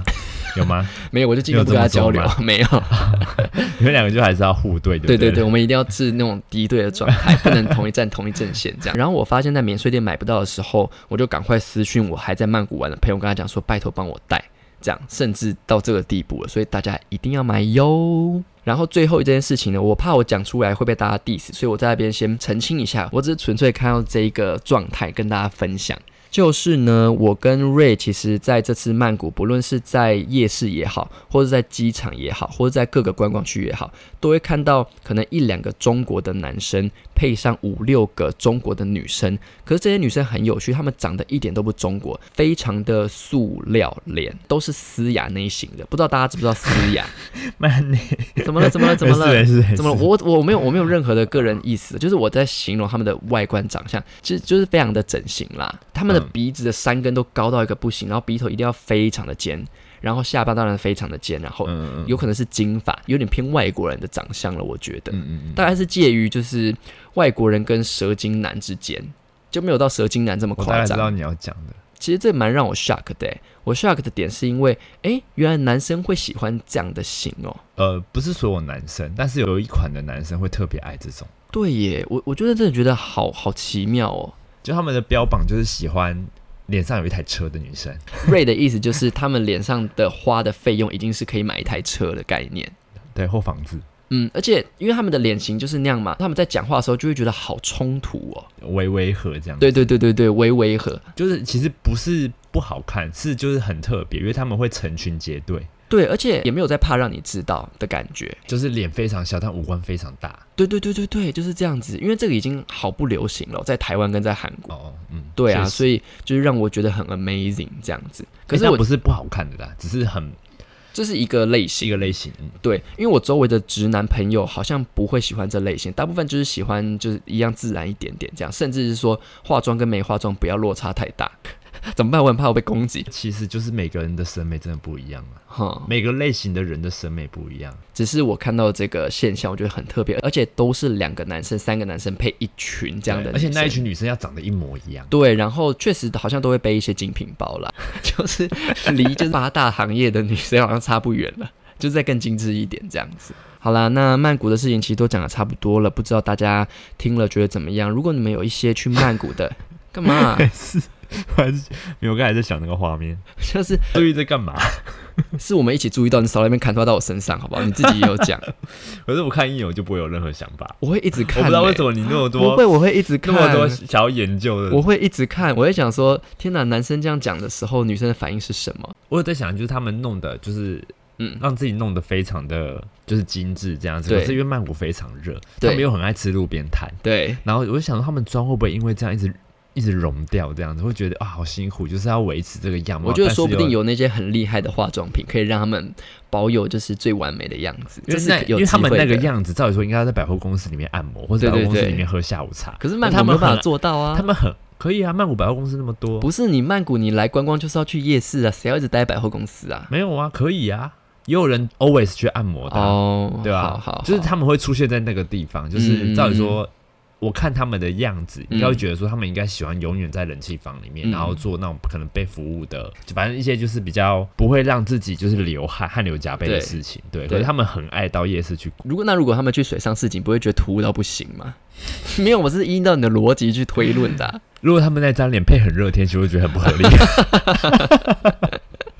Speaker 2: 有吗？
Speaker 1: 没有，我就尽量不跟他交流
Speaker 2: 你有这 么，
Speaker 1: 没有。
Speaker 2: 你们两个就还是要互对，
Speaker 1: 对
Speaker 2: 对
Speaker 1: 对
Speaker 2: 对
Speaker 1: 对，我们一定要是那种敌对的状态，不能同一站同一阵线这样。然后我发现，在免税店买不到的时候，我就赶快私讯我还在曼谷玩的朋友，跟他讲说，拜托帮我带，这样，甚至到这个地步了，所以大家一定要买哟。然后最后一件事情呢，我怕我讲出来会被大家 diss，所以我在那边先澄清一下，我只是纯粹看到这一个状态跟大家分享。就是呢，我跟瑞其实在这次曼谷，不论是在夜市也好，或者在机场也好，或者在各个观光区也好，都会看到可能一两个中国的男生配上五六个中国的女生，可是这些女生很有趣，她们长得一点都不中国，非常的塑料脸，都是思雅那一型的。不知道大家知不知道思雅？
Speaker 2: 慢你
Speaker 1: 怎么了？怎么了？怎
Speaker 2: 没
Speaker 1: 么了？
Speaker 2: 事没事没
Speaker 1: 怎么了
Speaker 2: 事。
Speaker 1: 我我没有我没有任何的个人意思，就是我在形容他们的外观长相，其实就是非常的整形啦。他们的
Speaker 2: 嗯
Speaker 1: 鼻子的山根都高到一个不行，然后鼻头一定要非常的尖，然后下巴当然非常的尖，然后
Speaker 2: 嗯嗯
Speaker 1: 有可能是金发，有点偏外国人的长相了，我觉得。
Speaker 2: 嗯嗯嗯，
Speaker 1: 大概是介于就是外国人跟蛇精男之间，就没有到蛇精男这么
Speaker 2: 我大
Speaker 1: 夸
Speaker 2: 概知道
Speaker 1: 张。
Speaker 2: 你要讲的。
Speaker 1: 其实这蛮让我 shock 的欸、我 shock 的点是因为，诶，原来男生会喜欢这样的型哦、
Speaker 2: 呃，不是所有男生，但是有一款的男生会特别爱这种，
Speaker 1: 对耶，我我觉得真的觉得好好奇妙哦、
Speaker 2: 就他们的标榜就是喜欢脸上有一台车的女生。
Speaker 1: 瑞的意思就是他们脸上的花的费用已经是可以买一台车的概念。
Speaker 2: 对，或房子，
Speaker 1: 嗯，而且因为他们的脸型就是那样嘛，他们在讲话的时候就会觉得好冲突哦、
Speaker 2: 微微和这样。
Speaker 1: 对，对对对对，微微和。
Speaker 2: 就是其实不是不好看，是就是很特别，因为他们会成群结队，
Speaker 1: 对，而且也没有在怕让你知道的感觉。
Speaker 2: 就是脸非常小，但五官非常大。
Speaker 1: 对对对对对，就是这样子，因为这个已经好不流行了，在台湾跟在韩国。
Speaker 2: 哦，嗯，
Speaker 1: 对啊，
Speaker 2: 确实
Speaker 1: 所以就是让我觉得很 amazing 这样子。可
Speaker 2: 可
Speaker 1: 是
Speaker 2: 是
Speaker 1: 我
Speaker 2: 哎不是不好看的啦，只是很
Speaker 1: 这是一个类
Speaker 2: 一
Speaker 1: 型，
Speaker 2: 个类型。嗯
Speaker 1: 对，因为我周围的直男朋友好像不会喜欢这类型，大部分就是喜欢就是一样自然一点点这样，甚至是说化妆跟没化妆不要落差太大。 怎么办？我很怕我被攻击。
Speaker 2: 其实就是每个人的审美真的不一样啊，
Speaker 1: 哈，
Speaker 2: 每个类型的人的审美不一样。
Speaker 1: 只是我看到这个现象，我觉得很特别，而且都是两个男生、三个男生配一群这样的
Speaker 2: 对
Speaker 1: 女
Speaker 2: 而且
Speaker 1: 生，
Speaker 2: 那一群女生要长得一模一 样。
Speaker 1: 对，然后确实好像都会背一些精品包啦， 就是离就是八大行业的女生好像差不远了，就是再更精致一点这样子。好啦，那曼谷的事情其实都讲的差不多了，不知道大家听了觉得怎么样？如果你们有一些去曼谷的，干嘛、
Speaker 2: 是，我还是没有，我刚才在想那个画面，
Speaker 1: 就是
Speaker 2: 注意在干嘛？
Speaker 1: 是我们一起注意到你少在那边砍拖到我身上，好不好？你自己也有讲，
Speaker 2: 可是我看一眼我就不会有任何想法，
Speaker 1: 我会一直
Speaker 2: 我
Speaker 1: 看、
Speaker 2: 不知道为什
Speaker 1: 么，
Speaker 2: 么你那么
Speaker 1: 不
Speaker 2: 多
Speaker 1: 会，我会一直
Speaker 2: 那
Speaker 1: 看，
Speaker 2: 么多想要研究的。
Speaker 1: 我会一直看，我会想说，天哪，男生这样讲的时候，女生的反应是什么？
Speaker 2: 我有在想，就是他们弄的，就是
Speaker 1: 嗯，
Speaker 2: 让自己弄得非常的就是精致这样子。
Speaker 1: 对
Speaker 2: 可是因为曼谷非常热，他
Speaker 1: 对
Speaker 2: 们又很爱吃路边摊，
Speaker 1: 对，
Speaker 2: 然后我就想说他们妆会不会因为这样一直一直融掉这样子，会觉得啊好辛苦，就是要维持这个样貌。
Speaker 1: 我觉得
Speaker 2: 但是
Speaker 1: 说不定
Speaker 2: 又。
Speaker 1: 有那些很厉害的化妆品，可以让他们保有就是最完美的样子，
Speaker 2: 因
Speaker 1: 这
Speaker 2: 为
Speaker 1: 是
Speaker 2: 那因
Speaker 1: 有
Speaker 2: 为他们
Speaker 1: 机会
Speaker 2: 那个
Speaker 1: 的。
Speaker 2: 样子，照理说应该要在百货公司里面按摩，或
Speaker 1: 对
Speaker 2: 者百货
Speaker 1: 对
Speaker 2: 公司
Speaker 1: 对
Speaker 2: 里面喝下午茶。
Speaker 1: 可是曼
Speaker 2: 他
Speaker 1: 谷没
Speaker 2: 们
Speaker 1: 有办
Speaker 2: 很
Speaker 1: 法做到啊
Speaker 2: 他！们很可以啊，曼谷百货公司那么多，
Speaker 1: 不是你曼谷，你来观光就是要去夜市啊，谁要一直待百货公司啊？
Speaker 2: 没有啊，可以啊，也有人 always 去按摩的啊、
Speaker 1: 哦，
Speaker 2: 对吧、
Speaker 1: 好好，
Speaker 2: 就是
Speaker 1: 好
Speaker 2: 他们会出现在那个地方，就是
Speaker 1: 嗯
Speaker 2: 照理说。我看他们的样子，
Speaker 1: 嗯
Speaker 2: 应该会觉得说他们应该喜欢永远在冷气房里面，
Speaker 1: 嗯
Speaker 2: 然后做那种可能被服务的，就反正一些就是比较不会让自己就是流汗、汗流浃背的
Speaker 1: 对
Speaker 2: 事情。对，
Speaker 1: 对
Speaker 2: 可是他们很爱到夜市去逛。
Speaker 1: 如果那如果他们去水上市井，不会觉得突兀到不行吗？ 没有，我是依照你的逻辑去推论的啊、
Speaker 2: 如果他们那张脸配很热的天气，我会觉得很不合 理。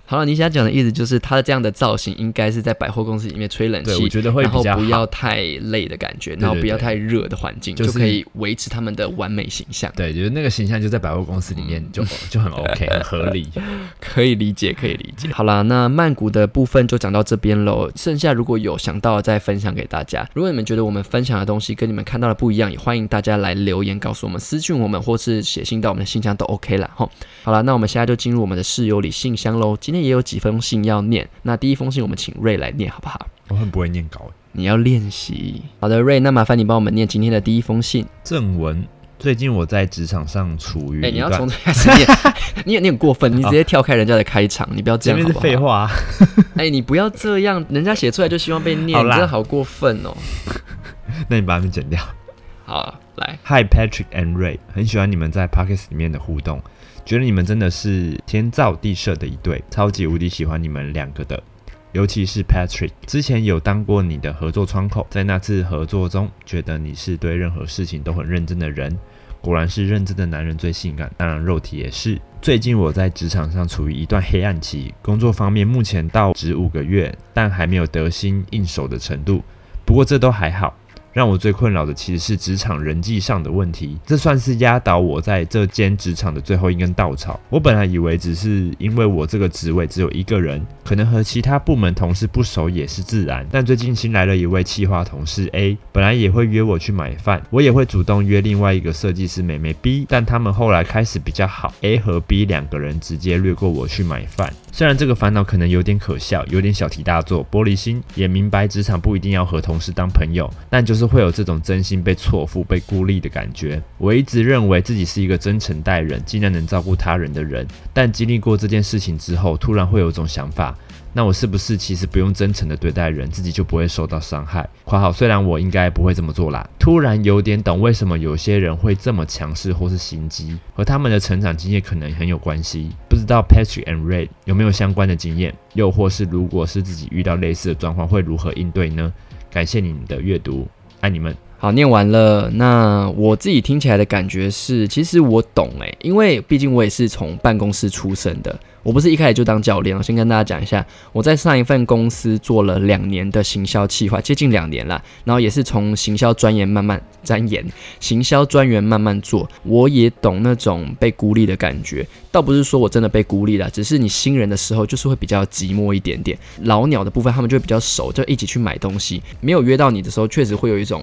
Speaker 1: 好了，你想讲的意思就是，他这样的造型应该是在百货公司里面吹冷
Speaker 2: 对，我
Speaker 1: 气，
Speaker 2: 觉得会
Speaker 1: 然
Speaker 2: 比
Speaker 1: 后
Speaker 2: 较好
Speaker 1: 不。要太累的感觉，
Speaker 2: 对
Speaker 1: 然后不要
Speaker 2: 对
Speaker 1: 太热的环境，
Speaker 2: 就是
Speaker 1: 就可以维持他们的完美形象。
Speaker 2: 对，就是那个形象就在百货公司里
Speaker 1: 嗯
Speaker 2: 面就就很 OK，很合理。
Speaker 1: 可以理解，可以理 解。好啦，那曼谷的部分就讲到这边喽。剩下如果有想到的再分享给大家。如果你们觉得我们分享的东西跟你们看到的不一样，也欢迎大家来留言告诉我们，私讯我们或是写信到我们的信箱都 OK 啦。吼，好啦，那我们现在就进入我们的室友里信箱喽。今天也有几封信要念，那第一封信我们请瑞来念好不好？
Speaker 2: 我很不会念稿，
Speaker 1: 你要练习。好的，瑞，那麻烦你帮我们念今天的第一封信。
Speaker 2: 正文最近我在职场上处于
Speaker 1: 哎、你
Speaker 2: 一
Speaker 1: 要
Speaker 2: 段
Speaker 1: 从，这开始念， 你也你很过分，你直接跳开人家的开场，你不要这
Speaker 2: 前
Speaker 1: 样
Speaker 2: 面
Speaker 1: 好
Speaker 2: 是
Speaker 1: 不好？
Speaker 2: 废话啊，
Speaker 1: 哎、你不要这样，人家写出来就希望被念，
Speaker 2: 好
Speaker 1: 你
Speaker 2: 啦
Speaker 1: 真的好过分哦。
Speaker 2: 那你把它们剪掉。
Speaker 1: 好，来，
Speaker 2: Hi Patrick and Ray，很喜欢你们在 Pockets 里面的互动，觉得你们真的是天造地设的一对，超级无敌喜欢你们两个的。尤其是 Patrick，之前有当过你的合作窗口，在那次合作中，觉得你是对任何事情都很认真的人，果然是认真的男人最性感，当然肉体也是。最近我在职场上处于一段黑暗期，工作方面目前到职五个月，但还没有得心应手的程度，不过这都还好。让我最困扰的其实是职场人际上的问题，这算是压倒我在这间职场的最后一根稻草。我本来以为只是因为我这个职位只有一个人，可能和其他部门同事不熟也是自然。但最近新来了一位企划同事 A，本来也会约我去买饭，我也会主动约另外一个设计师妹妹 B，但他们后来开始比较好，A 和 B 两个人直接略过我去买饭。虽然这个烦恼可能有点可笑，有点小题大做、玻璃心，也明白职场不一定要和同事当朋友，但就是会有这种真心被错付、被孤立的感觉。我一直认为自己是一个真诚待人、尽量能照顾他人的人，但经历过这件事情之后，突然会有一种想法。那我是不是其实不用真诚的对待人，自己就不会受到伤害？（括号虽然我应该不会这么做啦。）突然有点懂为什么有些人会这么强势或是心机，和他们的成长经验可能很有关系。不知道 Patrick and Ray 有没有相关的经验，又或是如果是自己遇到类似的状况，会如何应对呢？感谢你们的阅读，爱你们。
Speaker 1: 好，念完了。那我自己听起来的感觉是，其实我懂诶、因为毕竟我也是从办公室出身的，我不是一开始就当教练。我先跟大家讲一下，我在上一份公司做了两年的行销企划，接近两年啦。然后也是从行销专员慢慢钻研，行销专员慢慢做。我也懂那种被孤立的感觉，倒不是说我真的被孤立了，只是你新人的时候就是会比较寂寞一点点。老鸟的部分他们就会比较熟，就一起去买东西。没有约到你的时候，确实会有一种。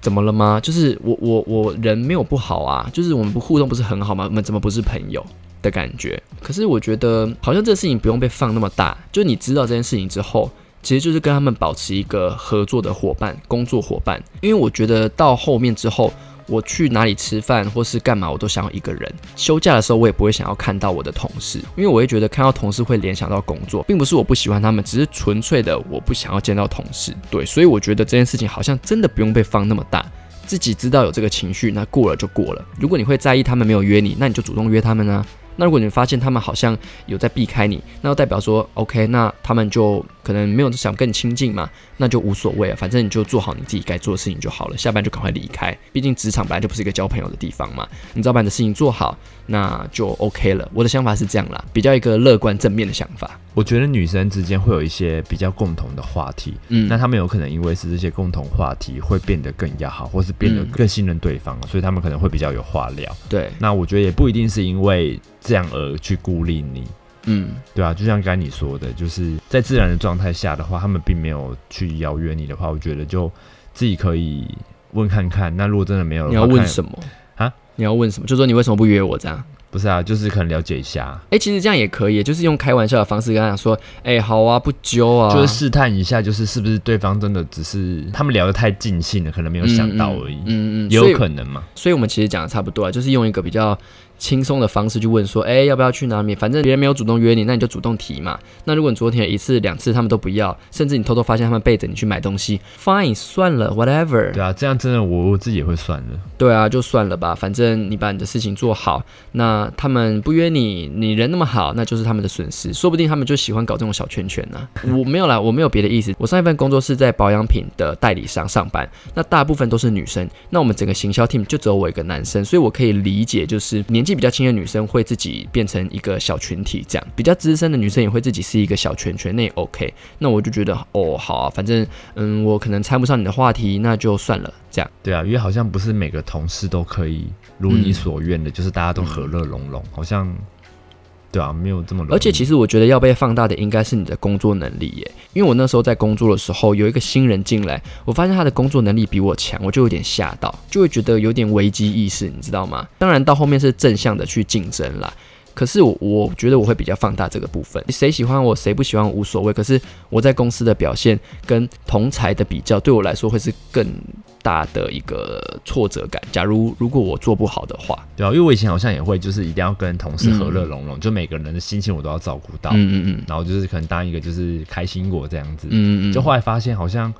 Speaker 1: 怎么了吗？就是我我我人没有不好啊，就是我们不互动不是很好吗？我们怎么不是朋友的感觉？可是我觉得好像这事情不用被放那么大，就你知道这件事情之后。其实就是跟他们保持一个合作的伙伴、工作伙伴，因为我觉得到后面之后，我去哪里吃饭或是干嘛，我都想要一个人。休假的时候，我也不会想要看到我的同事，因为我会觉得看到同事会联想到工作，并不是我不喜欢他们，只是纯粹的我不想要见到同事。对，所以我觉得这件事情好像真的不用被放那么大。自己知道有这个情绪，那过了就过了。如果你会在意他们没有约你，那你就主动约他们啊。那如果你发现他们好像有在避开你，那就代表说 OK，那他们就可能没有想跟你亲近嘛，那就无所谓啊了，反正你就做好你自己该做的事情就好了，下班就赶快离开，毕竟职场本来就不是一个交朋友的地方嘛，你只要把你的事情做好，那就 OK 了。我的想法是这样啦，比较一个乐观正面的想法。
Speaker 2: 我觉得女生之间会有一些比较共同的话题，
Speaker 1: 嗯，
Speaker 2: 那他们有可能因为是这些共同话题，会变得更要好，或是变得
Speaker 1: 嗯
Speaker 2: 更信任对方，所以他们可能会比较有话聊。
Speaker 1: 对，
Speaker 2: 那我觉得也不一定是因为这样而去孤立你，
Speaker 1: 嗯，
Speaker 2: 对啊，就像刚才你说的，就是在自然的状态下的话，他们并没有去邀约你的话，我觉得就自己可以问看看。那如果真的没有的
Speaker 1: 你
Speaker 2: 话，
Speaker 1: 要问
Speaker 2: 看
Speaker 1: 什么
Speaker 2: 啊？
Speaker 1: 你要问什么？就说你为什么不约我这样？
Speaker 2: 不是啊，就是可能了解一下，
Speaker 1: 哎、其实这样也可以，就是用开玩笑的方式跟他讲说，哎、好啊，不揪啊，
Speaker 2: 就是试探一下，就是是不是对方真的只是他们聊得太尽兴了，可能没有想到而已，
Speaker 1: 嗯嗯，
Speaker 2: 也
Speaker 1: 所以
Speaker 2: 有可能嘛。
Speaker 1: 所以我们其实讲的差不多了，就是用一个比较轻松的方式去问说，哎、要不要去哪里？反正别人没有主动约你，那你就主动提嘛。那如果你昨天一次两次他们都不要，甚至你偷偷发现他们背着你去买东西，fine，算了，whatever，
Speaker 2: 对啊，这样真的我我自己也会算的。
Speaker 1: 对啊，就算了吧，反正你把你的事情做好，那他们不约你，你人那么好，那就是他们的损失，说不定他们就喜欢搞这种小圈圈呢、我没有啦，我没有别的意思。我上一份工作是在保养品的代理商上班，那大部分都是女生，那我们整个行销 team 就只有我一个男生，所以我可以理解，就是年纪比较轻的女生会自己变成一个小群体这样，比较资深的女生也会自己是一个小圈圈，那也 OK。那我就觉得，哦，好啊，反正嗯，我可能参不上你的话题，那就算了，这样。
Speaker 2: 对啊，因为好像不是每个同事都可以如你
Speaker 1: 嗯
Speaker 2: 所愿的，就是大家都和乐融融，好像对啊，没有这么容易。
Speaker 1: 而且其实我觉得要被放大的应该是你的工作能力耶，因为我那时候在工作的时候，有一个新人进来，我发现他的工作能力比我强，我就有点吓到，就会觉得有点危机意识，你知道吗？当然到后面是正向的去竞争啦。可是我我觉得我会比较放大这个部分，谁喜欢我谁不喜欢我无所谓。可是我在公司的表现跟同才的比较，对我来说会是更大的一个挫折感。假如如果我做不好的话，
Speaker 2: 对啊，因为我以前好像也会，就是一定要跟同事和乐融融，就每个人的心情我都要照顾到，
Speaker 1: 嗯嗯嗯
Speaker 2: 然后就是可能当一个就是开心果这样子，
Speaker 1: 嗯嗯嗯，
Speaker 2: 就后来发现好像，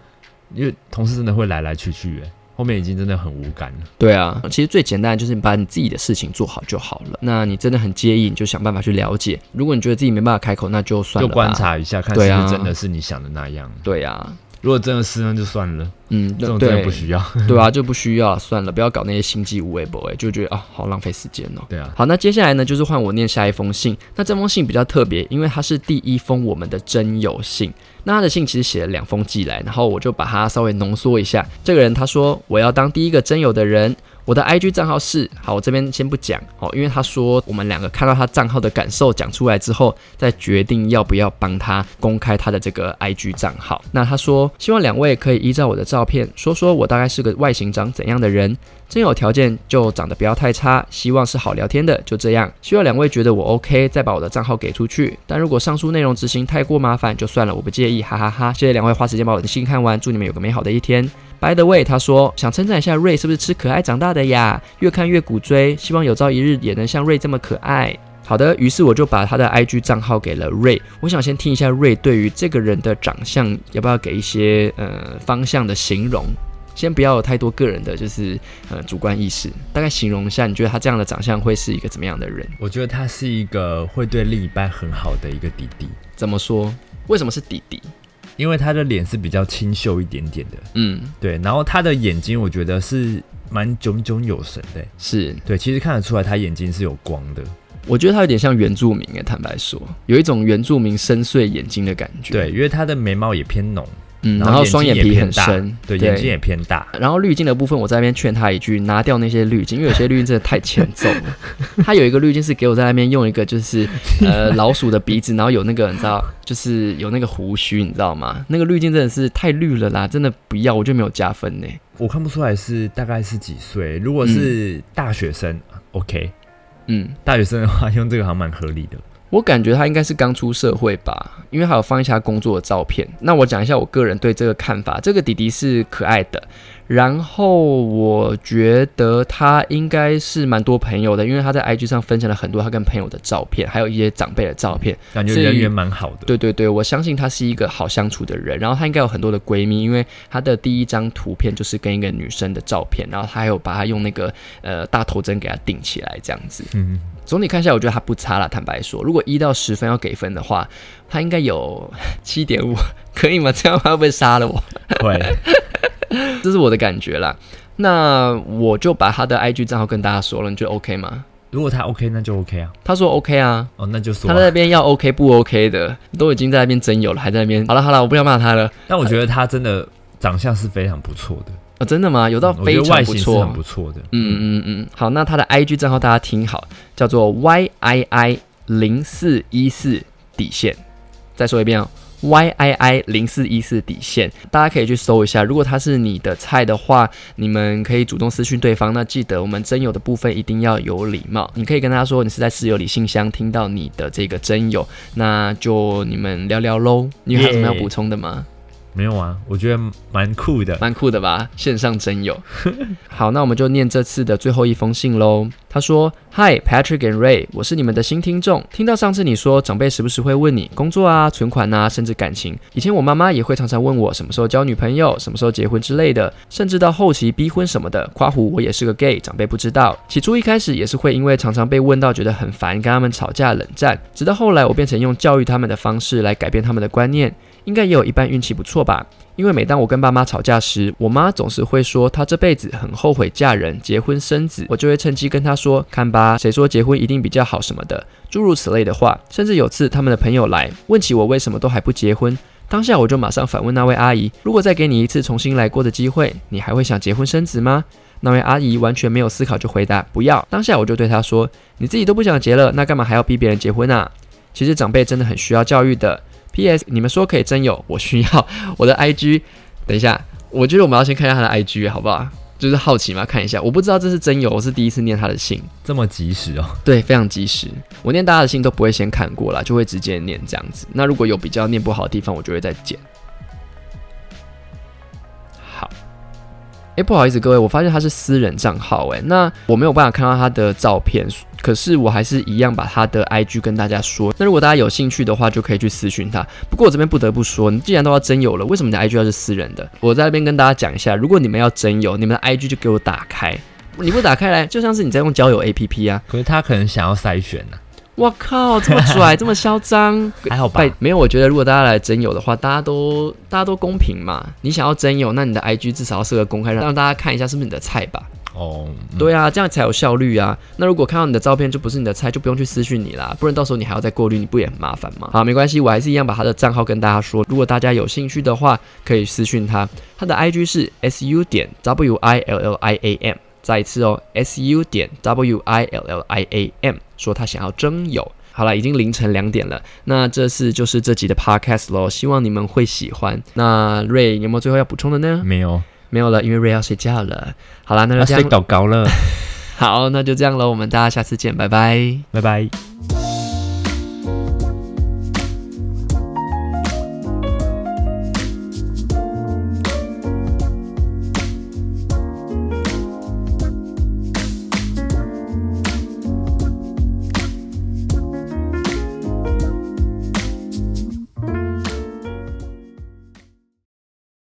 Speaker 2: 因为同事真的会来来去去、欸，后面已经真的很无感了。
Speaker 1: 对啊，其实最简单的就是你把你自己的事情做好就好了。那你真的很介意，你就想办法去了解。如果你觉得自己没办法开口，那就算了
Speaker 2: 就
Speaker 1: 吧
Speaker 2: 观。察一下，看是
Speaker 1: 对
Speaker 2: 不
Speaker 1: 啊
Speaker 2: 是真的是你想的那样。
Speaker 1: 对啊，
Speaker 2: 如果真的是，那就算了，
Speaker 1: 嗯，
Speaker 2: 这种真的
Speaker 1: 对
Speaker 2: 不，需要。
Speaker 1: 对啊，就不需要算了，不要搞那些心机无谓不谓，就觉得啊，好浪费时间哦。
Speaker 2: 对啊，
Speaker 1: 好，那接下来呢，就是换我念下一封信。那这封信比较特别，因为它是第一封我们的真友信。那他的信其实写了两封寄来，然后我就把它稍微浓缩一下。这个人他说：“我要当第一个真友的人。”我的 IG 账号是好，我这边先不讲哦，因为他说我们两个看到他账号的感受讲出来之后，再决定要不要帮他公开他的这个 IG 账号。那他说希望两位可以依照我的照片说说我大概是个外形长怎样的人，真有条件就长得不要太差，希望是好聊天的，就这样。希望两位觉得我 OK，再把我的账号给出去。但如果上述内容执行太过麻烦，就算了，我不介意，哈哈哈谢谢两位花时间把我的信看完，祝你们有个美好的一天。By the way，他说想称赞一下瑞是不是吃可爱长大的呀？越看越骨追，希望有朝一日也能像瑞这么可爱。好的，于是我就把他的 IG 账号给了瑞。我想先听一下瑞对于这个人的长相要不要给一些呃方向的形容，先不要有太多个人的就是呃主观意识，大概形容一下，你觉得他这样的长相会是一个怎么样的人？
Speaker 2: 我觉得他是一个会对另一半很好的一个弟弟，
Speaker 1: 怎么说？为什么是弟弟？
Speaker 2: 因为他的脸是比较清秀一点点的，
Speaker 1: 嗯，
Speaker 2: 对，然后他的眼睛我觉得是蛮炯炯有神的欸，
Speaker 1: 是，
Speaker 2: 对，其实看得出来他眼睛是有光的，
Speaker 1: 我觉得他有点像原住民诶，坦白说，有一种原住民深邃眼睛的感觉。
Speaker 2: 对，，因为他的眉毛也偏浓，
Speaker 1: 嗯，然后
Speaker 2: 睛
Speaker 1: 双眼
Speaker 2: 也
Speaker 1: 皮
Speaker 2: 偏
Speaker 1: 很
Speaker 2: 大
Speaker 1: 深，
Speaker 2: 对，眼睛也偏大，
Speaker 1: 然后滤镜的部分，我在那边劝他一句，拿掉那些滤镜，因为有些滤镜真的太欠揍 了。他有一个滤镜是给我在那边用一个，就是呃老鼠的鼻子，然后有那个你知道，就是有那个胡须，你知道吗？那个滤镜真的是太绿了啦，真的不要，我就没有加分呢。
Speaker 2: 我看不出来是大概是几岁，如果是大学生、o k
Speaker 1: 嗯，
Speaker 2: 大学生的话用这个好像蛮合理的。
Speaker 1: 我感觉他应该是刚出社会吧，因为还有放一下工作的照片。那我讲一下我个人对这个看法，这个弟弟是可爱的，然后我觉得他应该是蛮多朋友的，因为他在 IG 上分享了很多他跟朋友的照片，还有一些长辈的照片。
Speaker 2: 感觉
Speaker 1: 所以
Speaker 2: 人缘蛮好的。
Speaker 1: 对对对，我相信她是一个好相处的人，然后她应该有很多的闺蜜，因为她的第一张图片就是跟一个女生的照片，然后她还有把她用那个呃大头针给她钉起来这样子。
Speaker 2: 嗯，
Speaker 1: 总体看下来，我觉得她不差啦。坦白说，如果一到十分要给分的话，她应该有七点五， 可以吗？这样她会不会杀了我？
Speaker 2: 会。
Speaker 1: 这是我的感觉啦。那我就把她的 IG 账号跟大家说了，你觉得 OK 吗？
Speaker 2: 如果他 OK，那就 OK 啊。
Speaker 1: 她说 OK 啊，
Speaker 2: 哦，那就说
Speaker 1: 她
Speaker 2: 啊、
Speaker 1: 在那边要 OK 不 OK 的，都已经在那边真有了，还在那边好了好了，我不要骂她了。
Speaker 2: 但我觉得他真的长相是非常不错的，
Speaker 1: 哦，真的吗？有到
Speaker 2: 嗯我觉
Speaker 1: 非
Speaker 2: 得外
Speaker 1: 常不
Speaker 2: 形是
Speaker 1: 错
Speaker 2: 很。不错的。
Speaker 1: 嗯嗯嗯，好，那他的 IG 账号大家听好，叫做 YII 零四一四底线。再说一遍哦，YII 零四一四底线，大家可以去搜一下。如果他是你的菜的话，你们可以主动私讯对方。那记得我们真友的部分一定要有礼貌，你可以跟他说你是在室友里信箱听到你的这个真友，那就你们聊聊喽。你还有什么要
Speaker 2: Yeah
Speaker 1: 补充的吗？
Speaker 2: 没有啊，我觉得蛮酷的。
Speaker 1: 蛮酷的吧？线上真友。 好，那我们就念这次的最后一封信喽。他说：“Hi Patrick and Ray，我是你们的新听众。听到上次你说长辈时不时会问你工作啊、存款啊，甚至感情。以前我妈妈也会常常问我什么时候交女朋友、什么时候结婚之类的，甚至到后期逼婚什么的。夸胡我也是个 gay，长辈不知道。起初一开始也是会因为常常被问到觉得很烦，跟他们吵架冷战。直到后来我变成用教育他们的方式来改变他们的观念，应该也有一半运气不错吧。因为每当我跟爸妈吵架时，我妈总是会说她这辈子很后悔嫁人、结婚生子，我就会趁机跟她说：“看吧，谁说结婚一定比较好什么的，诸如此类的话。”甚至有次他们的朋友来问起我为什么都还不结婚，当下我就马上反问那位阿姨：“如果再给你一次重新来过的机会，你还会想结婚生子吗？”那位阿姨完全没有思考就回答：“不要。”当下我就对她说：“你自己都不想结了，那干嘛还要逼别人结婚啊？”其实长辈真的很需要教育的。P.S. 你们说可以真有，我需要我的 I.G 等一下，我觉得我们要先看一下他的 IG 好不好？就是好奇嘛，看一下。我不知道这是真有，我是第一次念他的信。
Speaker 2: 这么及时哦。
Speaker 1: 对，非常及时。我念大家的信都不会先看过啦，就会直接念这样子。那如果有比较念不好的地方，我就会再剪。好，哎、不好意思各位，我发现他是私人账号、诶，哎，那我没有办法看到他的照片，可是我还是一样把他的 IG 跟大家说。那如果大家有兴趣的话，就可以去私讯他。不过我这边不得不说，你既然都要征友了，为什么你的 IG 要是私人的？我在那边跟大家讲一下，如果你们要征友，你们的 IG 就给我打开。你不打开来，就像是你在用交友 APP 啊，
Speaker 2: 可是他可能想要筛选呐、
Speaker 1: 我靠，这么 拽，这么嚣张！
Speaker 2: 还好吧
Speaker 1: 拜？没有，我觉得如果大家来征友的话，大家都大家都公平嘛。你想要征友，那你的 IG 至少要设个公开，让让大家看一下是不是你的菜吧。
Speaker 2: 哦，嗯
Speaker 1: 对啊，这样才有效率啊。那如果看到你的照片就不是你的菜，就不用去私讯你啦，不然到时候你还要再过滤，你不也很麻烦吗？好，没关系，我还是一样把他的账号跟大家说，如果大家有兴趣的话，可以私讯他。他的 IG 是 S U 点 W I L L I A M，再一次哦，S U 点 W I L L I A M，说他想要征友。好了，已经凌晨两点了，那这是就是这集的 podcast 咯，希望你们会喜欢。那瑞有没有最后要补充的呢？
Speaker 2: 没有，
Speaker 1: 没有了，因为瑞要睡觉了。好啦，那就
Speaker 2: 他
Speaker 1: 这样
Speaker 2: 啊睡。到高了，
Speaker 1: 好，那就这样了，我们大家下次见，拜拜。
Speaker 2: 拜拜。
Speaker 3: Thank you